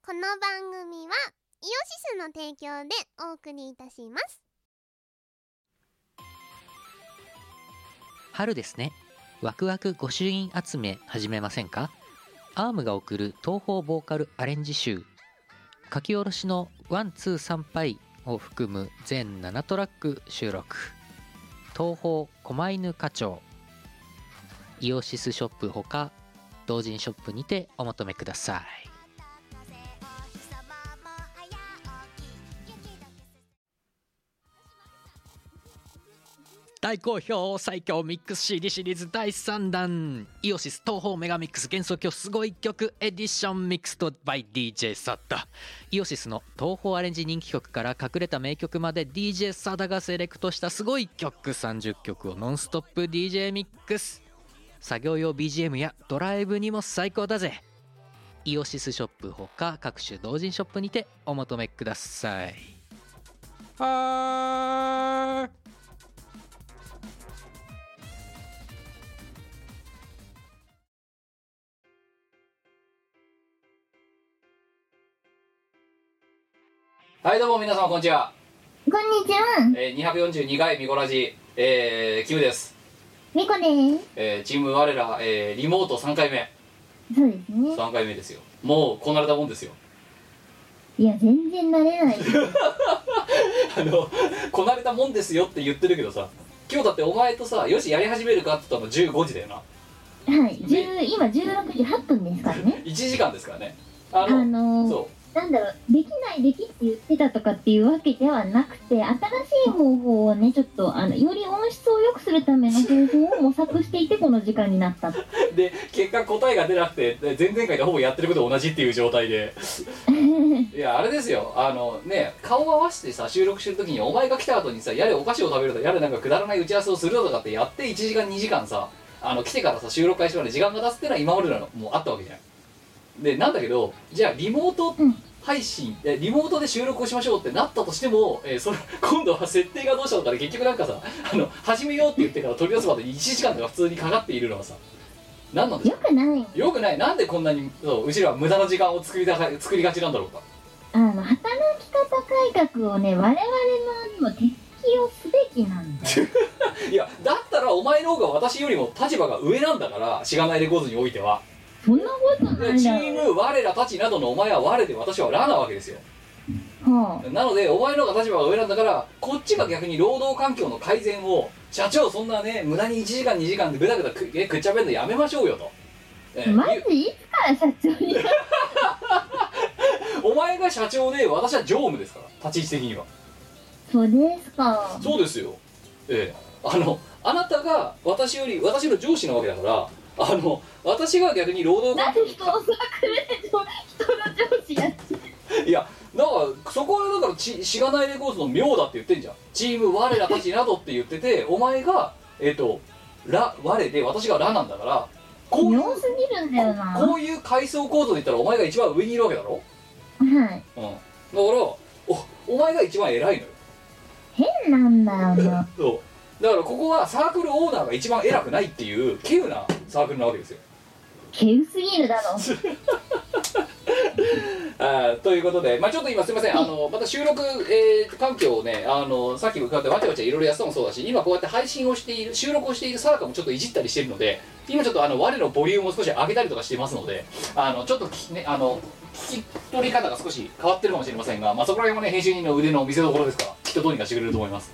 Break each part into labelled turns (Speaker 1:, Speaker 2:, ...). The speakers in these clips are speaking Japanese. Speaker 1: 番組はイオシスの提供でお送りいたします
Speaker 2: 春ですね。ワクワク御朱印集め始めませんかアームが送る東方ボーカルアレンジ集。書き下ろしのワンツー参拝を含む全7トラック収録。東方狛犬課長。イオシスショップほか、同人ショップにてお求めください。大好評最強ミックス CD シリーズ第3弾イオシス東方メガミックス幻想郷すごい曲エディションミックスと by DJ サダイオシスの東方アレンジ人気曲から隠れた名曲まで DJ サダがセレクトしたすごい曲30曲をノンストップ DJ ミックス作業用 BGM やドライブにも最高だぜイオシスショップほか各種同人ショップにてお求めくださいはーい
Speaker 3: はいどうも皆様こんにちは、
Speaker 4: こんにちは、
Speaker 3: えー、242回ミコラジ、えー、キムです、
Speaker 4: みこです。
Speaker 3: えーチーム我ら、えーリモート3回目
Speaker 4: そうですね。
Speaker 3: 3回目ですよもうこなれたもんですよ
Speaker 4: いや、全然慣れない。
Speaker 3: あのこなれたもんですよって言ってるけどさ今日だってお前とさよしやり始めるかって言ったの15時だよな
Speaker 4: はい、10今16時8分ですからね。
Speaker 3: 1時間ですからねあ
Speaker 4: あ
Speaker 3: の、
Speaker 4: の
Speaker 3: そ
Speaker 4: ー、なんだろう、できない、できって言ってたとかっていうわけではなくて、新しい方法をね、ちょっと、あの、より音質を良くするための方法を模索していて、この時間になった。は
Speaker 3: うで結果答えが出なくてで前々回とほぼやってること同じっていう状態でいやあれですよあのね顔合わせてさ収録してる時にお前が来た後にさやれお菓子を食べるとやれなんかくだらない打ち合わせをするだとかってやって1時間2時間さあの来てからさ収録開始まで時間が経つってのは今までなのもうあったわけじゃんでなんだけどじゃあリモート
Speaker 4: うん
Speaker 3: 配信、えリモートで収録をしましょうってなったとしても、えーそれ今度は設定がどうしたのかで結局なんかさあの始めようって言ってから取り出すまで1時間とか普通にかかっているのはさ何なんでしょう
Speaker 4: 良くない。
Speaker 3: よくないなんでこんなにそううちらは無駄な時間を作りだが作りがちなんだろうか
Speaker 4: あの、働き方改革をね、我々のにも適用すべきなんだよ。
Speaker 3: いやだったらお前の方が私よりも立場が上なんだからしがないレコードにおいては
Speaker 4: そんなことないだろう。
Speaker 3: チーム我らたちなどのお前は我で私はらなわけですよ
Speaker 4: は
Speaker 3: なのでお前の方が立場が上なんだからこっちが逆に労働環境の改善を社長そんなね無駄に1時間2時間でぐだぐだくえくっちゃべるのやめましょうよと、え
Speaker 4: あ、マジいつから社長に
Speaker 3: お前が社長で私は常務ですから立ち位置的には
Speaker 4: そうですか。
Speaker 3: そうですよええあのあなたが私より私の上司なわけだからあの私が逆に労働
Speaker 4: な
Speaker 3: 環
Speaker 4: んで
Speaker 3: 境
Speaker 4: 人をサークルで人の上司やって
Speaker 3: いやだからそこはだからちしがないレコードの妙だって言ってんじゃんチーム我らたちなどって言っててお前がえっ、とら我で私がらなんだからこういう
Speaker 4: 妙すぎるんだよな。
Speaker 3: こ
Speaker 4: は
Speaker 3: ういう階層構造で言ったらお前が一番上にいるわけだろ
Speaker 4: い。
Speaker 3: うんだからおお前が一番偉いのよ
Speaker 4: 変なんだよな。
Speaker 3: そうだからここはサークルオーナーが一番偉くないっていう稀有なサークルなわけですよ
Speaker 4: けうすぎるだろ。
Speaker 3: あーということで、まあ、ちょっと今すみませんあのまた収録、えー環境をねあのさっき向かってわちゃわちゃいろいろやったのもそうだし今こうやって配信をしている収録をしているさらかもちょっといじったりしてるので今ちょっとあの我のボリュームを少し上げたりとかしてますのであのちょっとき、ね、あの聞き取り方が少し変わってるかもしれませんが、まあ、そこら辺もね編集人の腕の見せ所ですからきっとどうにかしてくれると思います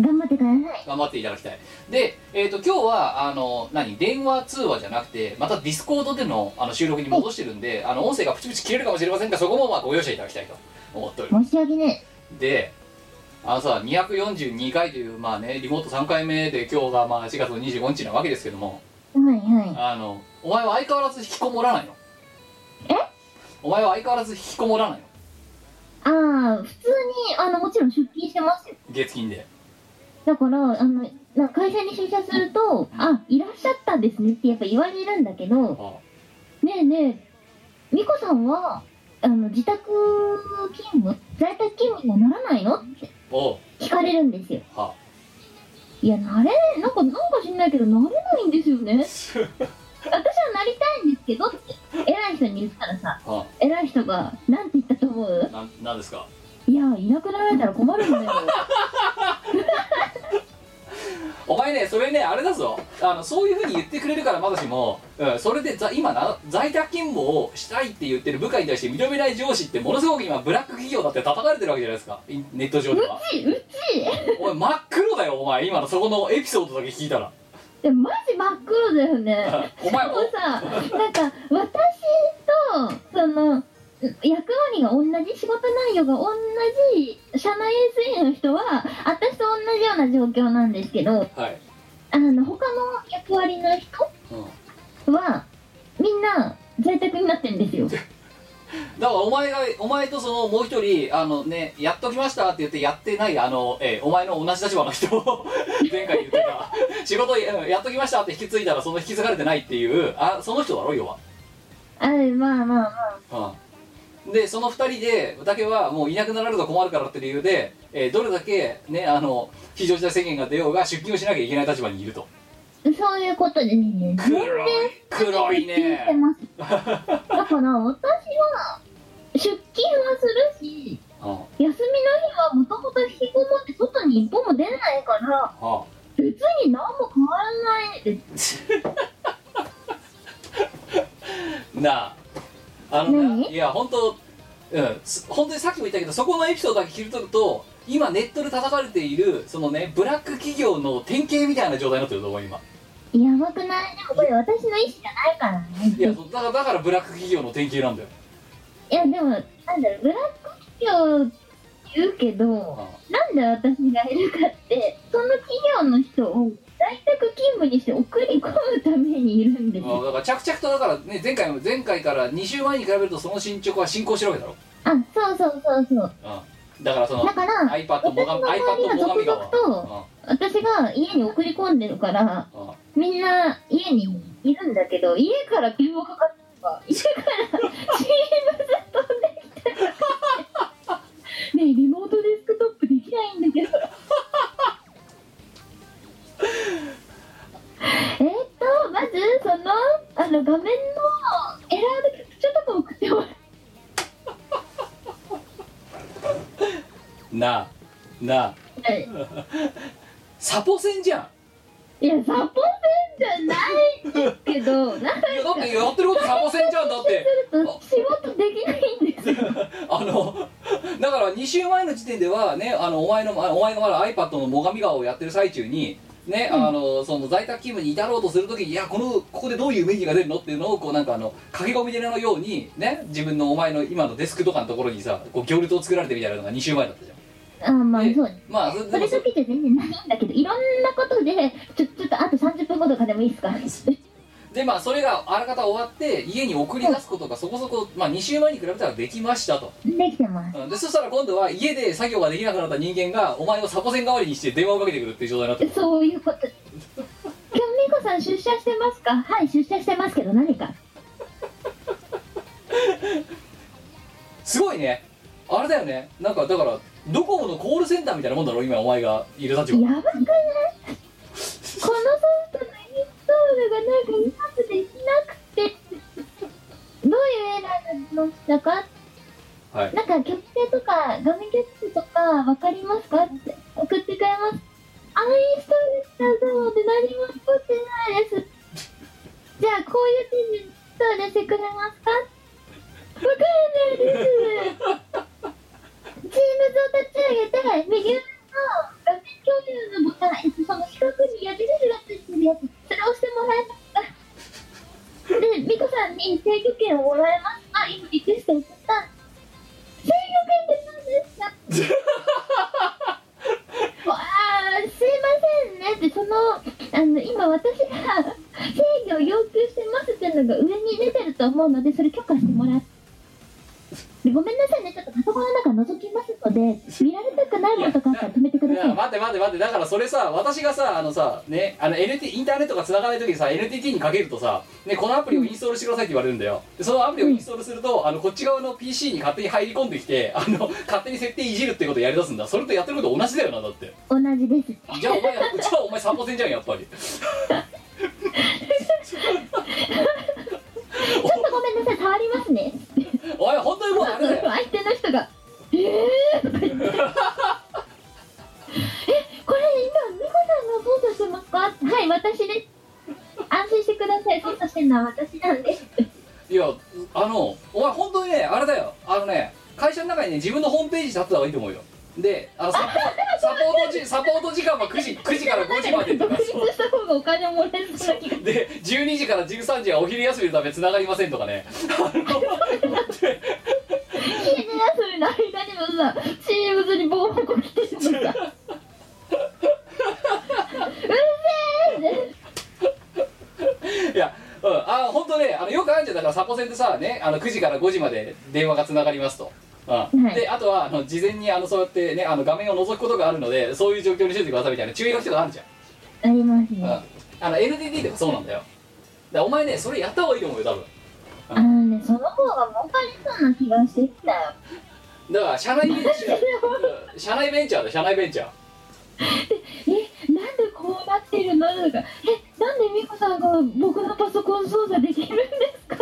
Speaker 4: 頑張ってください。
Speaker 3: 頑張っていただきたいで、えー、と今日はあの何電話通話じゃなくてまたディスコードでのあの収録に戻してるんであの音声がプチプチ切れるかもしれませんがそこもまあご容赦いただきたいと思っておりま
Speaker 4: 申し訳ね
Speaker 3: すであのさ242回というまあねリモート3回目で今日がまあ4月の25日なわけですけども
Speaker 4: え。はいは
Speaker 3: あのお前は相変わらず引きこもらないの
Speaker 4: え
Speaker 3: お前は相変わらず引きこもらないの
Speaker 4: い。ああ、普通に、あの、もちろん出勤してますよ。
Speaker 3: 月金で
Speaker 4: だから、あの、な会社に出社すると、あ、いらっしゃったんですねってやっぱ言われるんだけど、
Speaker 3: あ
Speaker 4: ねえねえ、みこさんは、あの、自宅勤務、在宅勤務にはならないのって
Speaker 3: おう
Speaker 4: 聞かれるんですよ。
Speaker 3: はい
Speaker 4: や、慣れ、なんか、なんか知んないけど、慣れないんですよね。 私はなりたいんですけどって、偉い人に言ったらさ、
Speaker 3: は
Speaker 4: 偉い人が、なんて言ったと思思う
Speaker 3: なんなんですか
Speaker 4: いやいなくなられたら困るん だよ
Speaker 3: お前ねそれねあれだぞあのそういうふうに言ってくれるからまだしも、うん、それでざ今な在宅勤務をしたいって言ってる部下に対して認めない上司ってものすごく今ブラック企業だって叩かれてるわけじゃないですかインネット上で は
Speaker 4: うちうち
Speaker 3: おい真っ黒だよお前今のそこのエピソードだけ聞いたら
Speaker 4: でもマジ真っ黒だよね
Speaker 3: お前
Speaker 4: で
Speaker 3: お
Speaker 4: もさなんか私とその役割が同じ仕事内容が同じ社内 SE の人は私と同じような状況なんですけど
Speaker 3: はい、
Speaker 4: あの他の役割の人
Speaker 3: うん、だ
Speaker 4: はみんな在宅になってんですよ
Speaker 3: からお前がお前とそのもう一人あのねやっときましたって言ってやってないあの、えーお前の同じ立場の人を 前回言ってた仕事うんやっときましたって引き継いだらその引き継がれてないっていうあその人だろ要は
Speaker 4: あまあまあまあ
Speaker 3: うん、でその2人でだけはもういなくなられると困るからって理由で、えーどれだけねあの非常事態宣言が出ようが出勤をしなきゃいけない立場にいると
Speaker 4: そういうことですね
Speaker 3: 黒い黒い
Speaker 4: 出勤して
Speaker 3: ね
Speaker 4: ますだから私は出勤はするし
Speaker 3: うんは
Speaker 4: 休みの日はもともと引きこもって外に一歩も出ないから
Speaker 3: あ
Speaker 4: 別に何も変わらないです
Speaker 3: なああのな
Speaker 4: 何
Speaker 3: いや本当うんす本当にさっきも言ったけどそこのエピソードだけ切り取ると今ネットで叩かれているそのねブラック企業の典型みたいな状態になってると思う今
Speaker 4: やばくないでもこれ私の意思じゃないからね
Speaker 3: いやそうだからだからブラック企業の典型なんだよ、
Speaker 4: いやでもなんだろうブラック企業言うけど
Speaker 3: うん
Speaker 4: なんで私がいるかってその企業の人を在宅勤務にして送り込むためにいるんです
Speaker 3: あ
Speaker 4: よ
Speaker 3: だから着々とだからね前回も前回から2週前に比べるとその進捗は進行してるわけだろ、
Speaker 4: あそうそうそうそう
Speaker 3: うん、だから その
Speaker 4: だから私
Speaker 3: iPad
Speaker 4: の
Speaker 3: もが
Speaker 4: 周り
Speaker 3: iPad
Speaker 4: が
Speaker 3: もが
Speaker 4: 続
Speaker 3: み
Speaker 4: 々
Speaker 3: 川
Speaker 4: と私が家に送り込んでるから
Speaker 3: うんうん
Speaker 4: みんな家にいるんだけど家から電話かかってるから家から Teams 飛んできたらねえリモートデスクトップできないんだけどえーっとまずそのあの画面のエラーでキャプチャーとか送ってもら
Speaker 3: なあなあ
Speaker 4: って
Speaker 3: サポセンじゃん
Speaker 4: いやサポペンじゃないんですけどなんか
Speaker 3: いやだってやってることサポセンじゃんだって
Speaker 4: すると仕事できないんですよ
Speaker 3: あのだから2週前の時点ではねあのお前のあお前がまだ iPad の最上川をやってる最中にね、あのその在宅勤務に至ろうとするときにいやこのここでどういうメニューが出るのっていうのをこうなんかあの駆け込み寺のようにね自分のお前の今のデスクとかのところにさこう行列を作られてみたいなのが2週前だったじゃん
Speaker 4: あまあ
Speaker 3: え
Speaker 4: そうね
Speaker 3: まあそ
Speaker 4: そ
Speaker 3: でも
Speaker 4: れ
Speaker 3: そ
Speaker 4: だけじゃ全然ないんだけどいろんなことでちょちょっとあと30分後とかでもいいですか
Speaker 3: でまあそれがあらかた終わって家に送り出すことがそこそこ、まあ、2週前に比べたらできましたと、
Speaker 4: できてます
Speaker 3: うんでそしたら今度は家で作業ができなくなった人間がお前をサポセン代わりにして電話をかけてくるっていう状態になってる
Speaker 4: そういうこと今日美子さん出社してますかはい出社してますけど何か
Speaker 3: すごいねあれだよねなんかだからドコモのコールセンターみたいなもんだろ今お前がいる立場
Speaker 4: やばくないこのソフトのインストールがなんかうまくできなくてどういうエラーなのだか
Speaker 3: はい
Speaker 4: なんか曲線とか画面曲線とかわかりますかって送ってくれますアンインストールしたと思って何も起こってないです じゃあこういう手順どうしてくれますかわからないですチームズを立ち上げて右上の画面共有のボタンえっとその四角に矢印がついてるやつそれを押してもらえますかで美子さんに制御権をもらえますか今リクエスト送ったんで制御権って何です かわあすいませんねってそのあの今私が制御を要求してますっていうのが上に出てると思うのでそれ許可してもらって。でごめんなさいね、ちょっとパソコンの中覗きますので、見られたくないことがあったら止めてく
Speaker 3: い
Speaker 4: ださ
Speaker 3: や
Speaker 4: い。
Speaker 3: 待って待って待ってだからそれさ私がさあのさねあの NT インターネットが繋がない時にさ NTT にかけるとさ、ね、このアプリをインストールしてくださいって言われるんだよでそのアプリをインストールすると、あのこっち側の PC に勝手に入り込んできてあの勝手に設定いじるってことをやりだすんだそれとやってること同じだよなだって
Speaker 4: 同じです。
Speaker 3: じゃあお前じゃあお前サポセンじゃんやっぱり
Speaker 4: ちょっとごめんなさい、触りますね。
Speaker 3: おおい本当にもうあれだよ
Speaker 4: 相手の人が「えー!」 とか言ってえこれ今美子さんが操作してますか?」はい私です安心してください操作してるのは私なんです
Speaker 3: いやあのお前本当にねあれだよあのね会社の中にね自分のホームページ立ってた方がいいと思うよであの サポサポートじサポート時間は9時9時から5時までと
Speaker 4: 独
Speaker 3: か
Speaker 4: 立した方がお金もらえるような気が
Speaker 3: で12時から13時はお昼休みのため繋がりませんとかねあの
Speaker 4: 昼休みの間にもさ Teams に防音庫来てしまったうるせえって
Speaker 3: いや、うん、あ本当ねあのよくあるんじゃんだからサポセンってさねあの9時から5時まで電話がつながりますと。うん
Speaker 4: はい
Speaker 3: であとはあの事前にあのそうやってねあの画面を覗くことがあるのでそういう状況にしててくださいみたいな注意が人があるじゃん、
Speaker 4: あります
Speaker 3: うん、
Speaker 4: ね
Speaker 3: あの NTT でもそうなんだよだからお前ねそれやった方がいいと思うよ多分
Speaker 4: あのねその方が儲かりそうな気がしてきたよ
Speaker 3: だから社内ベンチャーうん社内ベンチャーだ社内ベンチャー
Speaker 4: えなんでこうなってるのとかえなんで美子さんが僕のパソコン操作できるんですか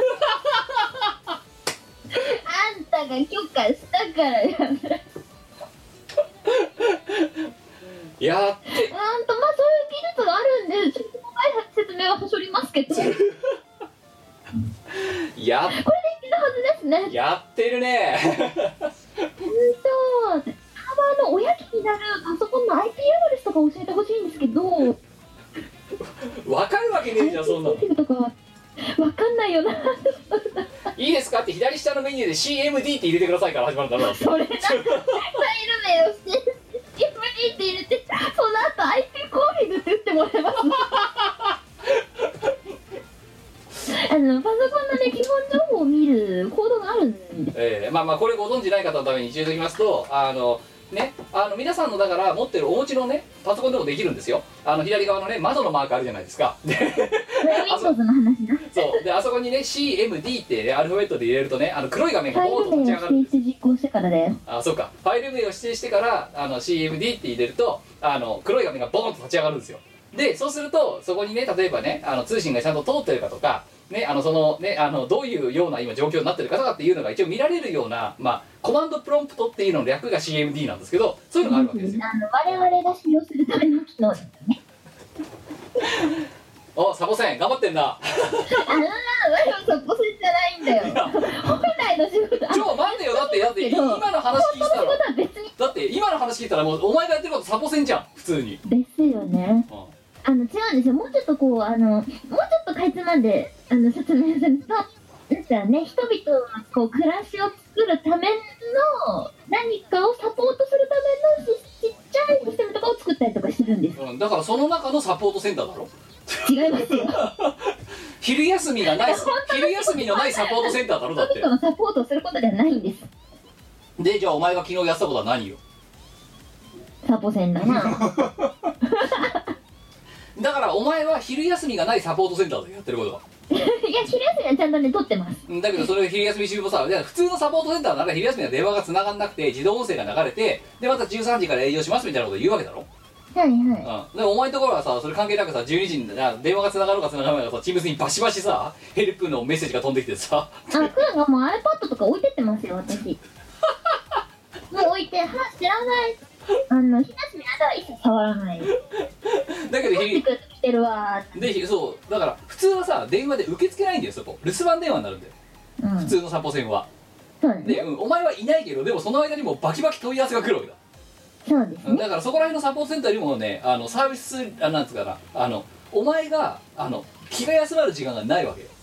Speaker 4: あんたが許可したからやあんたまあ
Speaker 3: やって
Speaker 4: そういう技術があるんでちょっと細かい説明ははしょりますけどこれで
Speaker 3: や
Speaker 4: きるはずですね
Speaker 3: やってるね
Speaker 4: うんとサーバーの親機になるパソコンの IP アドレスとか教えてほしいんですけど
Speaker 3: わかるわけねえじゃんそんなの
Speaker 4: IP とかわかんないよな
Speaker 3: いいですかって左下のメニューで CMD って入れてくださいから始まるんだろう
Speaker 4: それなファイル名をして MD って入れてその後 IP コーフィグって打ってもらえますあのパソコンのね基本情報を見るコードがあるんで
Speaker 3: えーまあまあこれご存知ない方のために一応言っときますとあのねあの皆さんのだから持ってるお持ちのねパソコンでもできるんですよあの左側のね窓のマークあるじゃないですかで
Speaker 4: これ Windows の話な
Speaker 3: そうであそこにね CMD って、ね、アルファベットで入れるとねあの黒い画面
Speaker 4: フ
Speaker 3: が
Speaker 4: ァ
Speaker 3: ボーッ
Speaker 4: イル
Speaker 3: と立ち上
Speaker 4: 名を
Speaker 3: がる
Speaker 4: 指定して実行してからです
Speaker 3: あそうかファイル名を指定してからあの CMD って入れるとあの黒い画面がボーンと立ち上がるんですよでそうするとそこにね例えばねあの通信がちゃんと通ってるかとかねあのそのねあのどういうような今状況になってるかとかっていうのが一応見られるようなまあコマンドプロンプトっていうのの略が CMD なんですけどそういうのがあるわけですよ
Speaker 4: あの我々が使用するための機能ですね。
Speaker 3: おサボセン頑張ってんな
Speaker 4: ああ、我々そこせじゃない んだよ。本来の仕事、あ
Speaker 3: ちょ待ってよだってだって
Speaker 4: けど
Speaker 3: 今の話聞いた
Speaker 4: 本当の仕
Speaker 3: ら
Speaker 4: 事は別に
Speaker 3: だって今の話聞いたらもうお前がやってることサボセンじゃん普通に、
Speaker 4: ですよね。
Speaker 3: うん
Speaker 4: あの違うんですよ。もうちょっとこうあのもうちょっとかいつまんであの説明すると。なんかね、人々のこう暮らしを作るための何かをサポートするためのしちっちゃいシステムとかを作ったりとかしてるんです
Speaker 3: うん、だからその中のサポートセンターだろ
Speaker 4: 違いますよ
Speaker 3: 昼休みがない昼休みのないサポートセンターだろだっ
Speaker 4: 人
Speaker 3: て
Speaker 4: 々のサポートをすることではないんです
Speaker 3: でじゃあお前が昨日やってたことは何よ
Speaker 4: サポセンだな
Speaker 3: だからお前は昼休みがないサポートセンターでやってることが
Speaker 4: いや昼休みはちゃんとね撮ってます
Speaker 3: うんだけどそれを昼休み中もさで普通のサポートセンターなら昼休みは電話が繋がんなくて自動音声が流れてでまた13時から営業しますみたいなこと言うわけだろ、
Speaker 4: はいはい
Speaker 3: うん、でお前のところはさそれ関係なくさ12時にな電話が繋がろうか繋がらないかさ Teams にバシバシさヘルプのメッセージが飛んできてさ
Speaker 4: あ、クラがもう iPad とか置いてってますよ、私。もう置いて、は、知らない。あの、日なしの間は一切触らない。帰
Speaker 3: だけど
Speaker 4: って
Speaker 3: 昼
Speaker 4: くると来てるわ
Speaker 3: でひそうだから普通はさ電話で受け付けないんだよそこ留守番電話になるんだよ
Speaker 4: ーって。う
Speaker 3: 普
Speaker 4: ん。そう
Speaker 3: 通のサポセンは
Speaker 4: だね。
Speaker 3: で、うん、お前はいないけどでもその間にもうバキバキ問い合わせが来るわけだ
Speaker 4: そうですね。
Speaker 3: だからそこら辺のサポートセンターよりもねあのサービスあなんつうかなあのお前があの気が休まる時間がないわけよ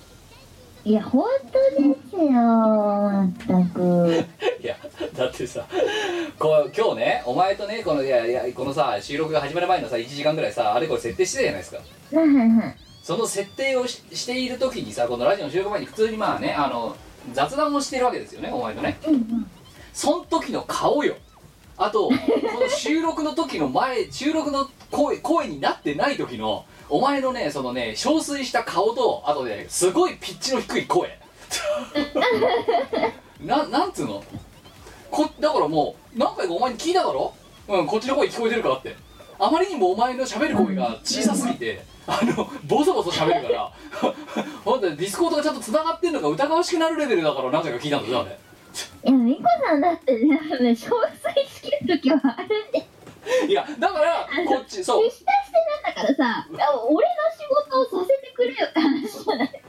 Speaker 4: いや、本当ですよ。まったく。
Speaker 3: いやだってさこう今日ねお前とねこのいやいやこのさ収録が始まる前のさ1時間ぐらいさあれこれ設定してたじゃないですか
Speaker 4: はいはいはい。
Speaker 3: その設定をししている時にさこのラジオの収録前に普通にまあねあの雑談をしてるわけですよねお前とね
Speaker 4: うんうん。
Speaker 3: その時の顔よあとその収録の時の前収録の声声になってない時のお前のねそのね憔悴した顔とあとねすごいピッチの低い 声ななんつうのこだからもう何回かお前に聞いただろうんこっちの声聞こえてるからってあまりにもお前の喋る声が小さすぎてあのボソボソ喋 るからほんとディスコードがちゃんと繋がってんのか疑わしくなるレベルだから何回か聞いたんだよあれ
Speaker 4: いや、みこさんだってね、あのね、憔悴しきる時はあるんで、
Speaker 3: いやだからこっちそう
Speaker 4: 出社してなんだからさ、あ俺の仕事をさせてくれよって話じゃない。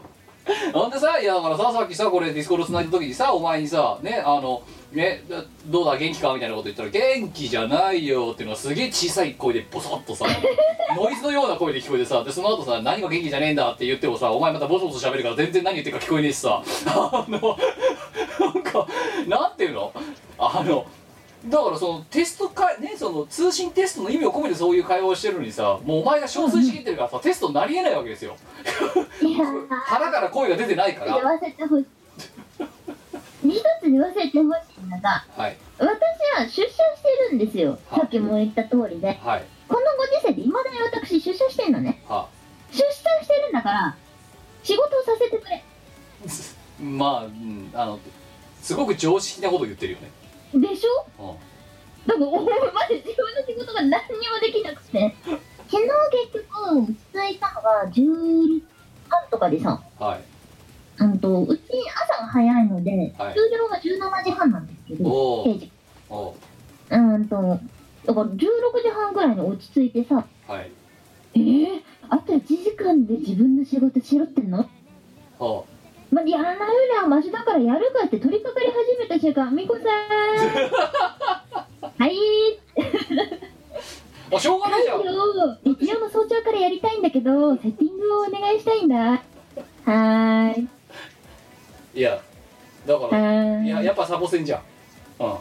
Speaker 3: なんでさいやだからささっきさこれディスコード繋いだ時にさお前にさねあのねだどうだ元気かみたいなこと言ったら元気じゃないよっていうのはすげえ小さい声でボソッとさ ノイズのような声で聞こえてさでその後さ何が元気じゃねえんだって言ってもさお前またボソボソ喋るから全然何言ってるか聞こえねえしさあのなんかなんていうのあのだからそのテストかねその通信テストの意味を込めてそういう会話をしてるのにさもうお前が憔悴しきってるからさテストになりえないわけですよ
Speaker 4: いや
Speaker 3: 腹から声が出てないか
Speaker 4: ー、言
Speaker 3: ら
Speaker 4: わせてほしい。一つ言わせてほしいのが、
Speaker 3: はい
Speaker 4: 私は出社してるんですよ。
Speaker 3: はい
Speaker 4: さっきも言った通りで。
Speaker 3: はい
Speaker 4: このご時世で未だに私出社してんのね。
Speaker 3: は
Speaker 4: 出社してるんだから、仕事をさせてくれ。
Speaker 3: まあ、うん、あのすごく常識なこと言ってるよね、
Speaker 4: でし
Speaker 3: う
Speaker 4: ょ
Speaker 3: ん、は
Speaker 4: だからお前まで自分の仕事が何にもできなくて昨日結局落ち着いたのが10時半とかでさ
Speaker 3: い
Speaker 4: うんとうち朝が早いので、
Speaker 3: はい
Speaker 4: 終了が17時半なんですけど
Speaker 3: お
Speaker 4: 定
Speaker 3: ー
Speaker 4: 時
Speaker 3: お
Speaker 4: うんとだから16時半ぐらいに落ち着いてさ
Speaker 3: ーはい
Speaker 4: えー、あと1時間で自分の仕事しろってんの
Speaker 3: お
Speaker 4: まあ、やらないよりはマシだからやるかって取り掛かり始めた瞬間みこさんはい
Speaker 3: あしょうがないじゃん
Speaker 4: 日曜日曜の早朝からやりたいんだけどセッティングをお願いしたいんだはーい
Speaker 3: いやだか
Speaker 4: は
Speaker 3: ら
Speaker 4: ーい
Speaker 3: いややっぱサボせんじゃんうん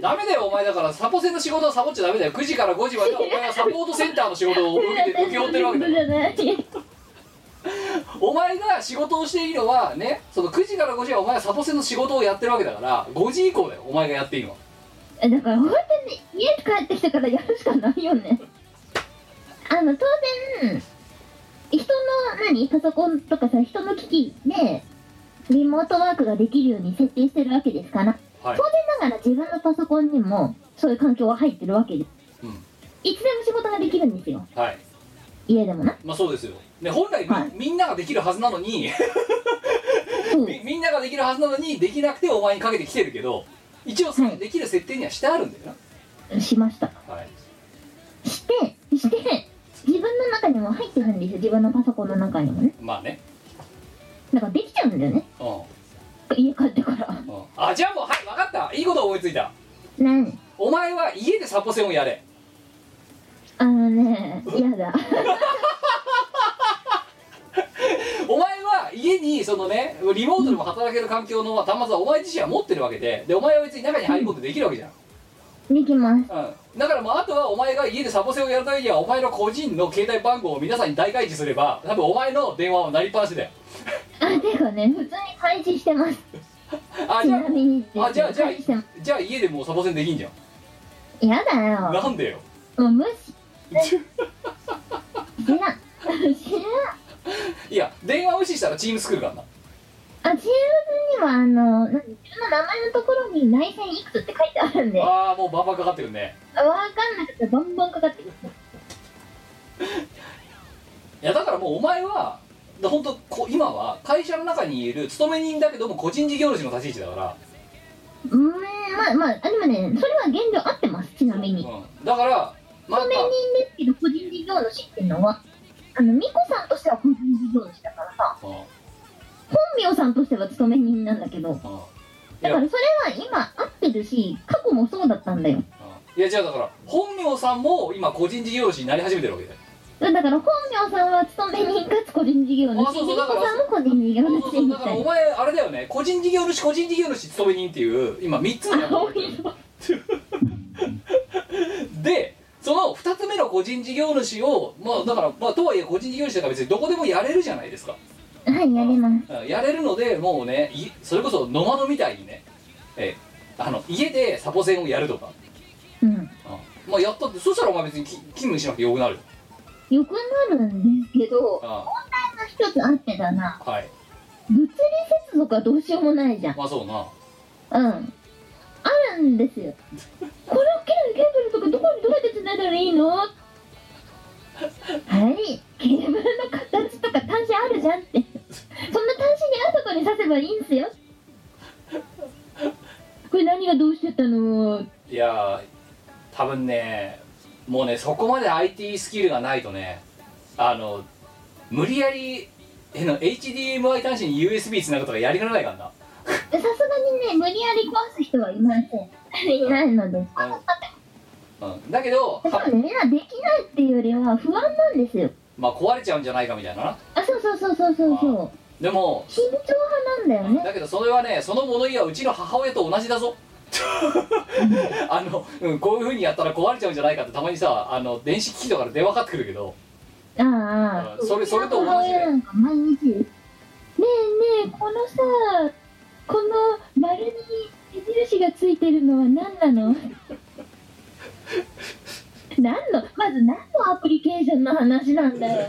Speaker 3: ダメだよお前だからサボせんの仕事をサボっちゃダメだよ9時から5時まではお前はサポートセンターの仕事を受け て請け負ってるわけだ
Speaker 4: そう
Speaker 3: よ
Speaker 4: いうことじゃない
Speaker 3: お前が仕事をしていいのはねその9時から5時はお前はサボせんの仕事をやってるわけだから5時以降だよお前がやっていいのは
Speaker 4: えだから本当に家帰ってきてからやるしかないよねあの当然人の何パソコンとかさ人の機器でリモートワークができるように設定してるわけですから
Speaker 3: はい
Speaker 4: 当然ながら自分のパソコンにもそういう環境は入ってるわけです、
Speaker 3: うん
Speaker 4: いつでも仕事ができるんですよ
Speaker 3: はい
Speaker 4: 家でもな
Speaker 3: まあそうですよね本来み,、
Speaker 4: はい
Speaker 3: みんなができるはずなのに
Speaker 4: そう
Speaker 3: みみんなができるはずなのにできなくてお前にかけてきてるけど一応そ
Speaker 4: は
Speaker 3: の
Speaker 4: い
Speaker 3: できる設定にはしてあるんだよ
Speaker 4: しました
Speaker 3: なはい
Speaker 4: してして自分の中にも入ってるんですよ自分のパソコンの中にもね
Speaker 3: まあね
Speaker 4: だからできちゃうんだよね
Speaker 3: うん
Speaker 4: 家帰ってから
Speaker 3: うんあじゃあもうはい分かったいいこと思いついた
Speaker 4: 何
Speaker 3: お前は家でサポセンをやれ
Speaker 4: あのね嫌だ
Speaker 3: お前は家にそのねリモートでも働ける環境の端末はお前自身は持ってるわけででお前は別に中に入り込んでできるわけじゃん、
Speaker 4: できます
Speaker 3: うん、だからもうあとはお前が家でサポセンをやるためにはお前の個人の携帯番号を皆さんに大開示すれば多分お前の電話は鳴りっぱなしだよ
Speaker 4: あていうかね普通に開示してます
Speaker 3: あ
Speaker 4: ち
Speaker 3: じゃ
Speaker 4: なみに
Speaker 3: ああじゃあじゃあ
Speaker 4: 開示してま
Speaker 3: じゃあ家でもうサボせんできんじゃん
Speaker 4: す嫌だよ
Speaker 3: なんでよ
Speaker 4: もう無視知 らん知らん
Speaker 3: いや電話無視したらチーム作るからな
Speaker 4: あ Teams にはあの何自分の名前のところに内線いくつって書いてあるんでわ
Speaker 3: ああもうバンバンかかってるね
Speaker 4: かんなくてバンバンかかってくる
Speaker 3: いやだからもうお前は本当こ今は会社の中にいる勤め人だけども個人事業主の立ち位置だから、
Speaker 4: うーんまあまああでもねそれは現状合ってますちなみに
Speaker 3: うん、だからま
Speaker 4: 勤め人ですけど個人事業主っていうのはあの美子さんとしては個人事業主だからさ
Speaker 3: うんうん
Speaker 4: 本名さんとしては勤め人なんだけどだからそれは今合ってるし過去もそうだったんだよ
Speaker 3: いやじゃあだから本名さんも今個人事業主になり始めてるわけだよ
Speaker 4: だから本名さんは勤め人かつ個人事業主
Speaker 3: あそうそう
Speaker 4: 美
Speaker 3: だ
Speaker 4: 子
Speaker 3: から
Speaker 4: さんも個人事業
Speaker 3: そうそうそう
Speaker 4: 主み
Speaker 3: だか
Speaker 4: た
Speaker 3: らお
Speaker 4: い
Speaker 3: 前あれだよね個人事業主個人事業主勤め人っていう今3つ
Speaker 4: な
Speaker 3: の
Speaker 4: 青いの
Speaker 3: でその2つ目の個人事業主をまあだからまあとはいえ個人事業主だから別にどこでもやれるじゃないですか
Speaker 4: はいやります
Speaker 3: うんやれるのでもうねいそれこそノマドみたいにね、ええあの家でサポセンをやるとか、
Speaker 4: うん
Speaker 3: うんまあやったってそしたらお前別にき勤務しなくてよくなるよ
Speaker 4: よくなるんですけど
Speaker 3: あ
Speaker 4: 一つあってだな
Speaker 3: あはい
Speaker 4: 物理接続はどうしようもないじゃん
Speaker 3: まあそうな
Speaker 4: うん。あるんですよ。これ大きなケーブルとかどこにどうやって繋いだらいいのはい。ケーブルの形とか端子あるじゃんって。そんな端子にあるとこに刺せばいいんすよ。れ何がどうしてたの
Speaker 3: いやー多分ねもうねそこまで IT スキルがないとねあの無理やりえの HDMI 端子に USB つなぐとかやりかねないからな
Speaker 4: さすがにね無理やり壊す人はいません いないので
Speaker 3: うん、うん、だけど
Speaker 4: 多
Speaker 3: は
Speaker 4: 分ねみんなできないっていうよりは不安なんですよ
Speaker 3: まあ壊れちゃうんじゃないかみたいなな
Speaker 4: あそうそうそうそうそうそう
Speaker 3: でも
Speaker 4: 慎重派なんだよね
Speaker 3: だけどそれはねその物言いはうちの母親と同じだぞ あの、うん、こういうふうにやったら壊れちゃうんじゃないかってたまにさあの電子機器とかで電話かかってくるけど
Speaker 4: ああ
Speaker 3: それそれと同じで
Speaker 4: 母親なんか毎日ねえねえこのさこの丸に目印がついてるのは何な の何のまず何のアプリケーションの話な んだよ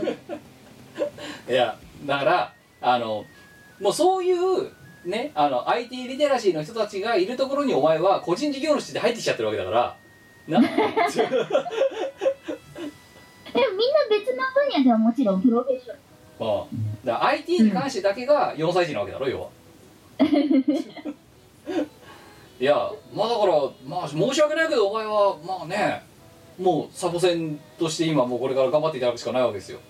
Speaker 3: いやだからあのもうそういうねあの IT リテラシーの人たちがいるところにお前は個人事業主で入ってきちゃってるわけだからな
Speaker 4: でもみんな別の分野ではもちろんプロフェッショナル
Speaker 3: うん、だから IT に関してだけが4歳児なわけだろ要 はいやまあだからまあ申し訳ないけどお前はまあねもうサボセンとして今もうこれから頑張っていただくしかないわけですよ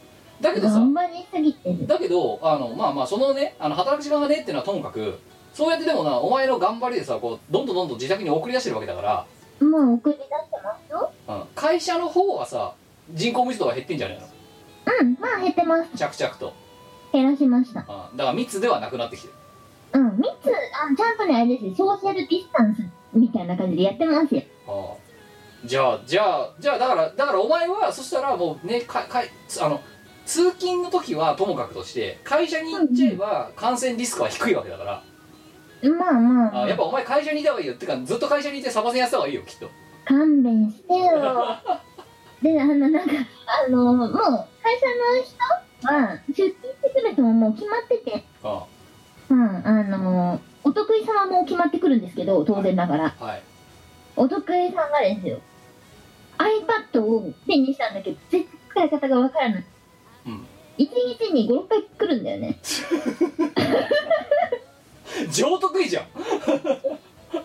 Speaker 3: だけどさ
Speaker 4: 頑張りすぎてる
Speaker 3: だけどあのまあまあそのねあの働く時間がねっていうのはともかくそうやってでもなお前の頑張りでさこうどんどんどんどん自宅に送り出してるわけだか
Speaker 4: もう送り出してますよ
Speaker 3: ら、うん、会社の方はさ人口密度が減ってんじゃないの
Speaker 4: うんまあ減ってます
Speaker 3: 着々と、
Speaker 4: 減らしました
Speaker 3: うん、だから密ではなくなってきてる
Speaker 4: うん、密、あのちゃんとね、あれですよ、ソーシャルディスタンスみたいな感じでやってますよ。
Speaker 3: ああじゃあじゃあじゃあだからだからお前はそしたらもうねかかいつあの通勤の時はともかくとして会社に行っちゃえば感染リスクは低いわけだから、
Speaker 4: まあま
Speaker 3: あ
Speaker 4: あ、
Speaker 3: やっぱお前会社にいた方がいいよってかずっと会社にいてサバセンやってた方がいいよきっと
Speaker 4: 勘弁し てよ。で、あの、なんか、あの、もう、会社の人は、出勤してくるとももう決まってて、
Speaker 3: あ
Speaker 4: うん、あの、お得意様も決まってくるんですけど、当然ながら。
Speaker 3: あはい
Speaker 4: お得意さんがですよ、iPad を手にしたんだけど、全然使い方がわからない。
Speaker 3: うん
Speaker 4: 一日に5、6回来るんだよね。
Speaker 3: 上得意じゃん
Speaker 4: マジで本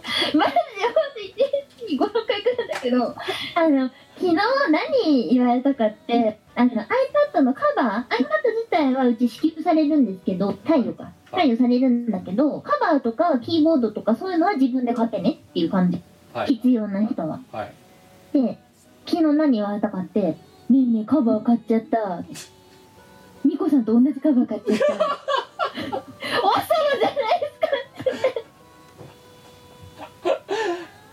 Speaker 4: 当に1日に56回来るんだけどあの昨日何言われたかってあの iPad のカバー iPad 自体はうち支給されるんですけど貸与か貸与されるんだけどカバーとかキーボードとかそういうのは自分で買ってねっていう感じ
Speaker 3: はい
Speaker 4: 必要な人は
Speaker 3: はい
Speaker 4: で昨日何言われたかって「ねえねえカバー買っちゃった」ミコさんと同じカバー買っちゃ った 「お世話じゃない